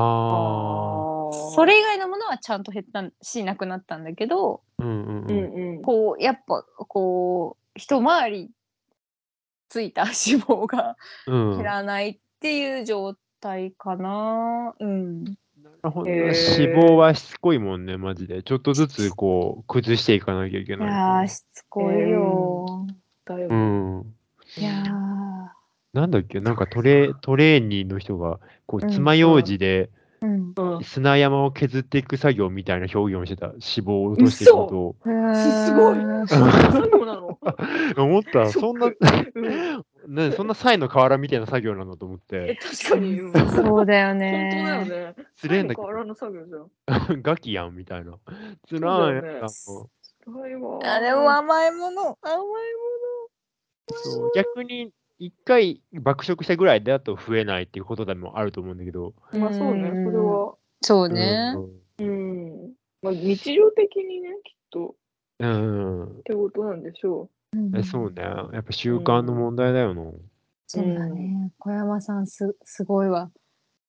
[SPEAKER 2] あ
[SPEAKER 3] それ以外のものはちゃんと減ったしなくなったんだけど
[SPEAKER 2] あ。うんうんうん
[SPEAKER 1] う
[SPEAKER 2] ん。
[SPEAKER 1] うん
[SPEAKER 3] こうやっぱこう一回りついた脂肪が
[SPEAKER 2] うん、な
[SPEAKER 3] 減らないっていう状態かなうん、
[SPEAKER 2] るほど、
[SPEAKER 1] へー
[SPEAKER 2] 脂肪はしつこいもんね、マジで。ちょっとずつこう、崩していかなきゃいけ
[SPEAKER 3] い
[SPEAKER 2] ない。
[SPEAKER 3] やーしつこいよ、
[SPEAKER 1] だよ
[SPEAKER 2] うん。
[SPEAKER 3] いや
[SPEAKER 2] なんだっけ、なんかトレトレーニーの人が、こ
[SPEAKER 3] う
[SPEAKER 2] う、
[SPEAKER 3] ん
[SPEAKER 2] 爪楊枝で
[SPEAKER 3] ーうん
[SPEAKER 1] うん
[SPEAKER 2] 砂山を削っていく作業みたいな表現をしてた。脂肪を落としていくことを。
[SPEAKER 1] すごい作業なの
[SPEAKER 2] 思った。
[SPEAKER 1] ショ
[SPEAKER 2] そんな
[SPEAKER 1] ッ、クうん
[SPEAKER 2] ね、そんなサイの瓦みたいな作業なのと思っ
[SPEAKER 1] え
[SPEAKER 2] て、
[SPEAKER 1] 確かにうん
[SPEAKER 3] うんそ
[SPEAKER 1] 本当
[SPEAKER 3] うだよ
[SPEAKER 1] だよ
[SPEAKER 3] ね。
[SPEAKER 1] ね
[SPEAKER 2] つれえんだけ
[SPEAKER 1] 最後
[SPEAKER 2] ど
[SPEAKER 1] からの作業じゃん
[SPEAKER 2] ガキやんみたいな。つ
[SPEAKER 1] そう
[SPEAKER 2] ら
[SPEAKER 1] だ
[SPEAKER 2] い
[SPEAKER 1] よ
[SPEAKER 2] な
[SPEAKER 1] ね
[SPEAKER 2] んかこ
[SPEAKER 1] 辛いわ
[SPEAKER 3] あでも甘いもの甘いも
[SPEAKER 2] うそう逆に、一回爆食したぐらいだと増えないっていうことでもあると思うんだけど。
[SPEAKER 3] の。
[SPEAKER 1] まあそうねそれは
[SPEAKER 3] そうね。
[SPEAKER 1] うんまあ日常的にねきっと
[SPEAKER 2] うん。うん
[SPEAKER 1] っ。てことなんでしょ
[SPEAKER 3] うん
[SPEAKER 2] そうね。やっぱ習慣の問題だよな。
[SPEAKER 3] そうだね。小山さんすすごいわ。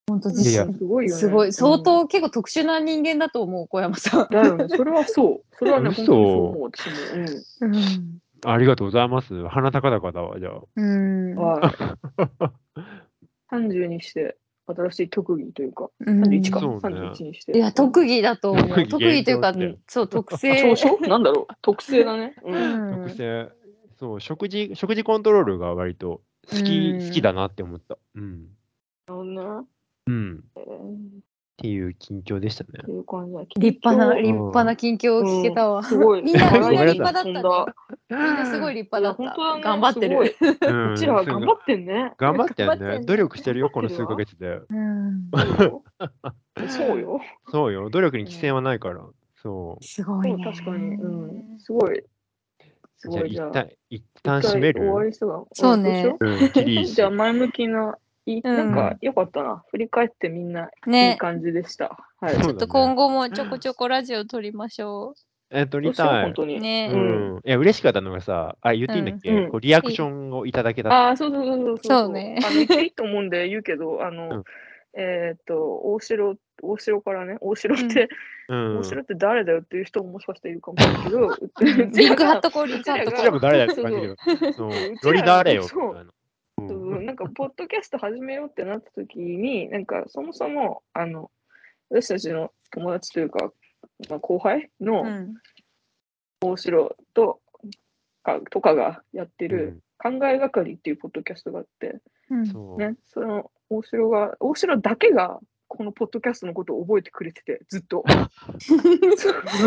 [SPEAKER 3] 本当
[SPEAKER 1] う
[SPEAKER 2] いやい
[SPEAKER 3] 実
[SPEAKER 2] や
[SPEAKER 1] すごいよね
[SPEAKER 3] すごい相
[SPEAKER 1] うん
[SPEAKER 3] 当結構特殊な人間だと思う小山さん。
[SPEAKER 1] だよねそれはそうそれはね
[SPEAKER 2] 嘘
[SPEAKER 1] 本当にそう思う私もうん
[SPEAKER 3] うん。
[SPEAKER 2] ありがとうございます。鼻高々だわ、じゃあ。
[SPEAKER 3] うん。
[SPEAKER 1] はい。30にして、新しい特技というか、31か、
[SPEAKER 2] そうね
[SPEAKER 1] 31にして。
[SPEAKER 3] いや特技だと思
[SPEAKER 2] 特
[SPEAKER 3] う。
[SPEAKER 2] 技
[SPEAKER 3] 特技というか
[SPEAKER 2] 勉強って
[SPEAKER 3] そう特
[SPEAKER 1] 長。
[SPEAKER 3] 性
[SPEAKER 1] 所 なんだろう特性だね。う。
[SPEAKER 3] うんん
[SPEAKER 2] 特性、そう、食事、食事コントロールが割と好き、
[SPEAKER 3] うん
[SPEAKER 2] 好きだなって思った。うん。
[SPEAKER 1] なるほどね。
[SPEAKER 2] うん。
[SPEAKER 1] えー
[SPEAKER 2] っていう近況でしたね
[SPEAKER 1] って。いう感じだ
[SPEAKER 3] 立派な
[SPEAKER 1] 緊
[SPEAKER 3] 立派な近況を聞けたわ。
[SPEAKER 1] 張すごい。
[SPEAKER 3] みんな
[SPEAKER 2] みんな立
[SPEAKER 3] 派だったねみんなすごい立派だっ
[SPEAKER 1] いや本
[SPEAKER 3] た。
[SPEAKER 1] 当だね
[SPEAKER 3] 頑張ってる。
[SPEAKER 1] すごい
[SPEAKER 2] うん
[SPEAKER 1] こちらは頑張ってんね。
[SPEAKER 2] 頑張ってよ
[SPEAKER 3] 頑張ってん
[SPEAKER 2] ね。
[SPEAKER 3] ね
[SPEAKER 2] 努力してるよ、この
[SPEAKER 1] 頑張
[SPEAKER 2] 数
[SPEAKER 1] っ
[SPEAKER 2] ヶ
[SPEAKER 1] てるわ
[SPEAKER 2] 月 で。
[SPEAKER 3] うん
[SPEAKER 1] うんそう よ。
[SPEAKER 2] そうよ、努力に規制はないから。そ
[SPEAKER 3] すご
[SPEAKER 1] そ
[SPEAKER 3] いうね。
[SPEAKER 1] 確かに。うん。すごい。す
[SPEAKER 2] う。じゃあ、
[SPEAKER 1] ごい。じゃ
[SPEAKER 2] 一
[SPEAKER 1] あ、
[SPEAKER 2] 旦、一旦閉め
[SPEAKER 1] 終わ
[SPEAKER 2] る
[SPEAKER 1] りそうだ。
[SPEAKER 3] そうね
[SPEAKER 1] どしよ
[SPEAKER 2] うん、キリ
[SPEAKER 1] う
[SPEAKER 2] ー
[SPEAKER 1] じゃあ、前向きな、いい
[SPEAKER 3] うん
[SPEAKER 1] なんか、よかったな。振り返ってみんな、いい
[SPEAKER 3] ね。
[SPEAKER 1] 感じでした。はい。
[SPEAKER 2] そう
[SPEAKER 3] ちょっと今後もちょこちょこラジオ撮りましょ
[SPEAKER 2] えっと、
[SPEAKER 1] ど
[SPEAKER 2] リ
[SPEAKER 1] うしよう
[SPEAKER 2] タイ
[SPEAKER 1] 本。当に。
[SPEAKER 3] ね
[SPEAKER 2] うん。いや、嬉しかったのがさ、あ、言っていいんだっけ、
[SPEAKER 1] うん
[SPEAKER 2] こうリアクションをいただけた。
[SPEAKER 1] ああ、そうそうそうそう
[SPEAKER 3] そうね
[SPEAKER 1] あの、言っていいと思うんで言うけ ど、あ
[SPEAKER 2] う
[SPEAKER 1] の
[SPEAKER 2] ん、
[SPEAKER 1] えーっと、大城、大城からね、大城って、
[SPEAKER 2] うん。
[SPEAKER 1] 大
[SPEAKER 2] そ
[SPEAKER 1] 城って誰だよっていう人ももしかしているかもしれないけど、
[SPEAKER 3] う。
[SPEAKER 1] うち
[SPEAKER 3] リンク
[SPEAKER 1] ら
[SPEAKER 3] 貼っ
[SPEAKER 1] が
[SPEAKER 3] とこう、リンク貼っと
[SPEAKER 2] ち
[SPEAKER 3] こ
[SPEAKER 2] ら
[SPEAKER 3] う。
[SPEAKER 2] も誰だよって感じだけど、そう
[SPEAKER 1] うちらが
[SPEAKER 2] ロリ誰よ。
[SPEAKER 1] そう
[SPEAKER 2] みたいな
[SPEAKER 1] そううんなんか、ポッドキャスト始めようってなった時に、なんか、そもそも、あの、私たちの友達というか、まあ、後輩
[SPEAKER 3] う
[SPEAKER 1] の
[SPEAKER 3] ん
[SPEAKER 1] 大城とかとかがやって
[SPEAKER 2] うん
[SPEAKER 1] る、考えがかりっていうポッドキャストがあって、
[SPEAKER 3] うん
[SPEAKER 2] そう。
[SPEAKER 1] ね、その大城が、大城だけが、このポッドキャストのことを覚えてくれてて、ずっ と。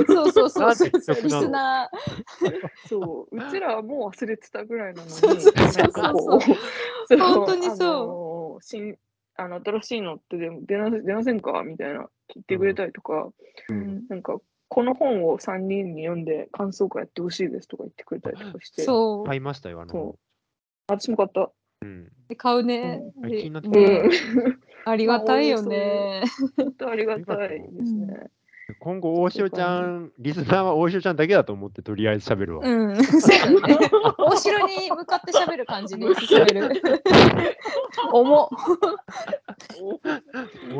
[SPEAKER 3] そうそうそ
[SPEAKER 2] な
[SPEAKER 3] うそう
[SPEAKER 2] んて曲
[SPEAKER 3] そう。
[SPEAKER 2] なの
[SPEAKER 3] リスナー。
[SPEAKER 1] そう、うちらはもう忘れてたぐらいなのに、
[SPEAKER 3] そうそうそうそう
[SPEAKER 1] なんかこう、そう
[SPEAKER 3] 本当にそう
[SPEAKER 1] あのー新あの新しいのってでも出な出ませんかみたいな、聞いてくれたりとか、
[SPEAKER 3] うん
[SPEAKER 1] なんか、この本を3人に読んで感想会やってほしいですとか言ってくれたりとかして、
[SPEAKER 3] そ
[SPEAKER 2] 買いましたよ、あの
[SPEAKER 1] そ。私も買った。
[SPEAKER 2] うん。
[SPEAKER 3] う。買うね。
[SPEAKER 2] あれ気になって
[SPEAKER 1] う
[SPEAKER 2] た
[SPEAKER 1] ん
[SPEAKER 3] ね、ありがたいよね。
[SPEAKER 1] 本当ありがたいですね。
[SPEAKER 2] 今後、大塩ちゃん、リスナーは大塩ちゃんだけだと思って、とりあえず喋るわ。
[SPEAKER 3] うん。 お城に向かって喋る感じに進め る。重
[SPEAKER 2] 大塩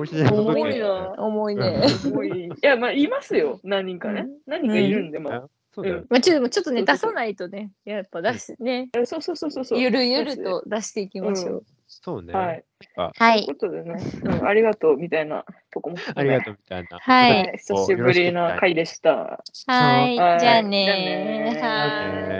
[SPEAKER 2] ちゃん
[SPEAKER 1] 重
[SPEAKER 2] 届け
[SPEAKER 1] いな。
[SPEAKER 3] 重いね。
[SPEAKER 1] 重い。いや、まあ、いますよ。何人かね。何人かいるんで、まあ。
[SPEAKER 2] そうだよね。
[SPEAKER 3] まあちょっとちょっと
[SPEAKER 1] そ
[SPEAKER 3] ね
[SPEAKER 1] うそう
[SPEAKER 3] 出
[SPEAKER 1] そう
[SPEAKER 3] さないとねやっぱ出しね
[SPEAKER 1] えそうそうそうそうそう。
[SPEAKER 3] ゆるゆると出していきましょう。
[SPEAKER 2] そうね。
[SPEAKER 1] はい。
[SPEAKER 3] は
[SPEAKER 1] という。ことでね、うん、ありがとうみたいなとこも含
[SPEAKER 2] あ
[SPEAKER 1] め。
[SPEAKER 2] りがとうみたいな。
[SPEAKER 3] は
[SPEAKER 1] はいい。久しぶりな回でした。
[SPEAKER 3] は
[SPEAKER 1] はい
[SPEAKER 3] い。じゃあ
[SPEAKER 1] じゃあね
[SPEAKER 3] ね。
[SPEAKER 1] ー
[SPEAKER 3] はい。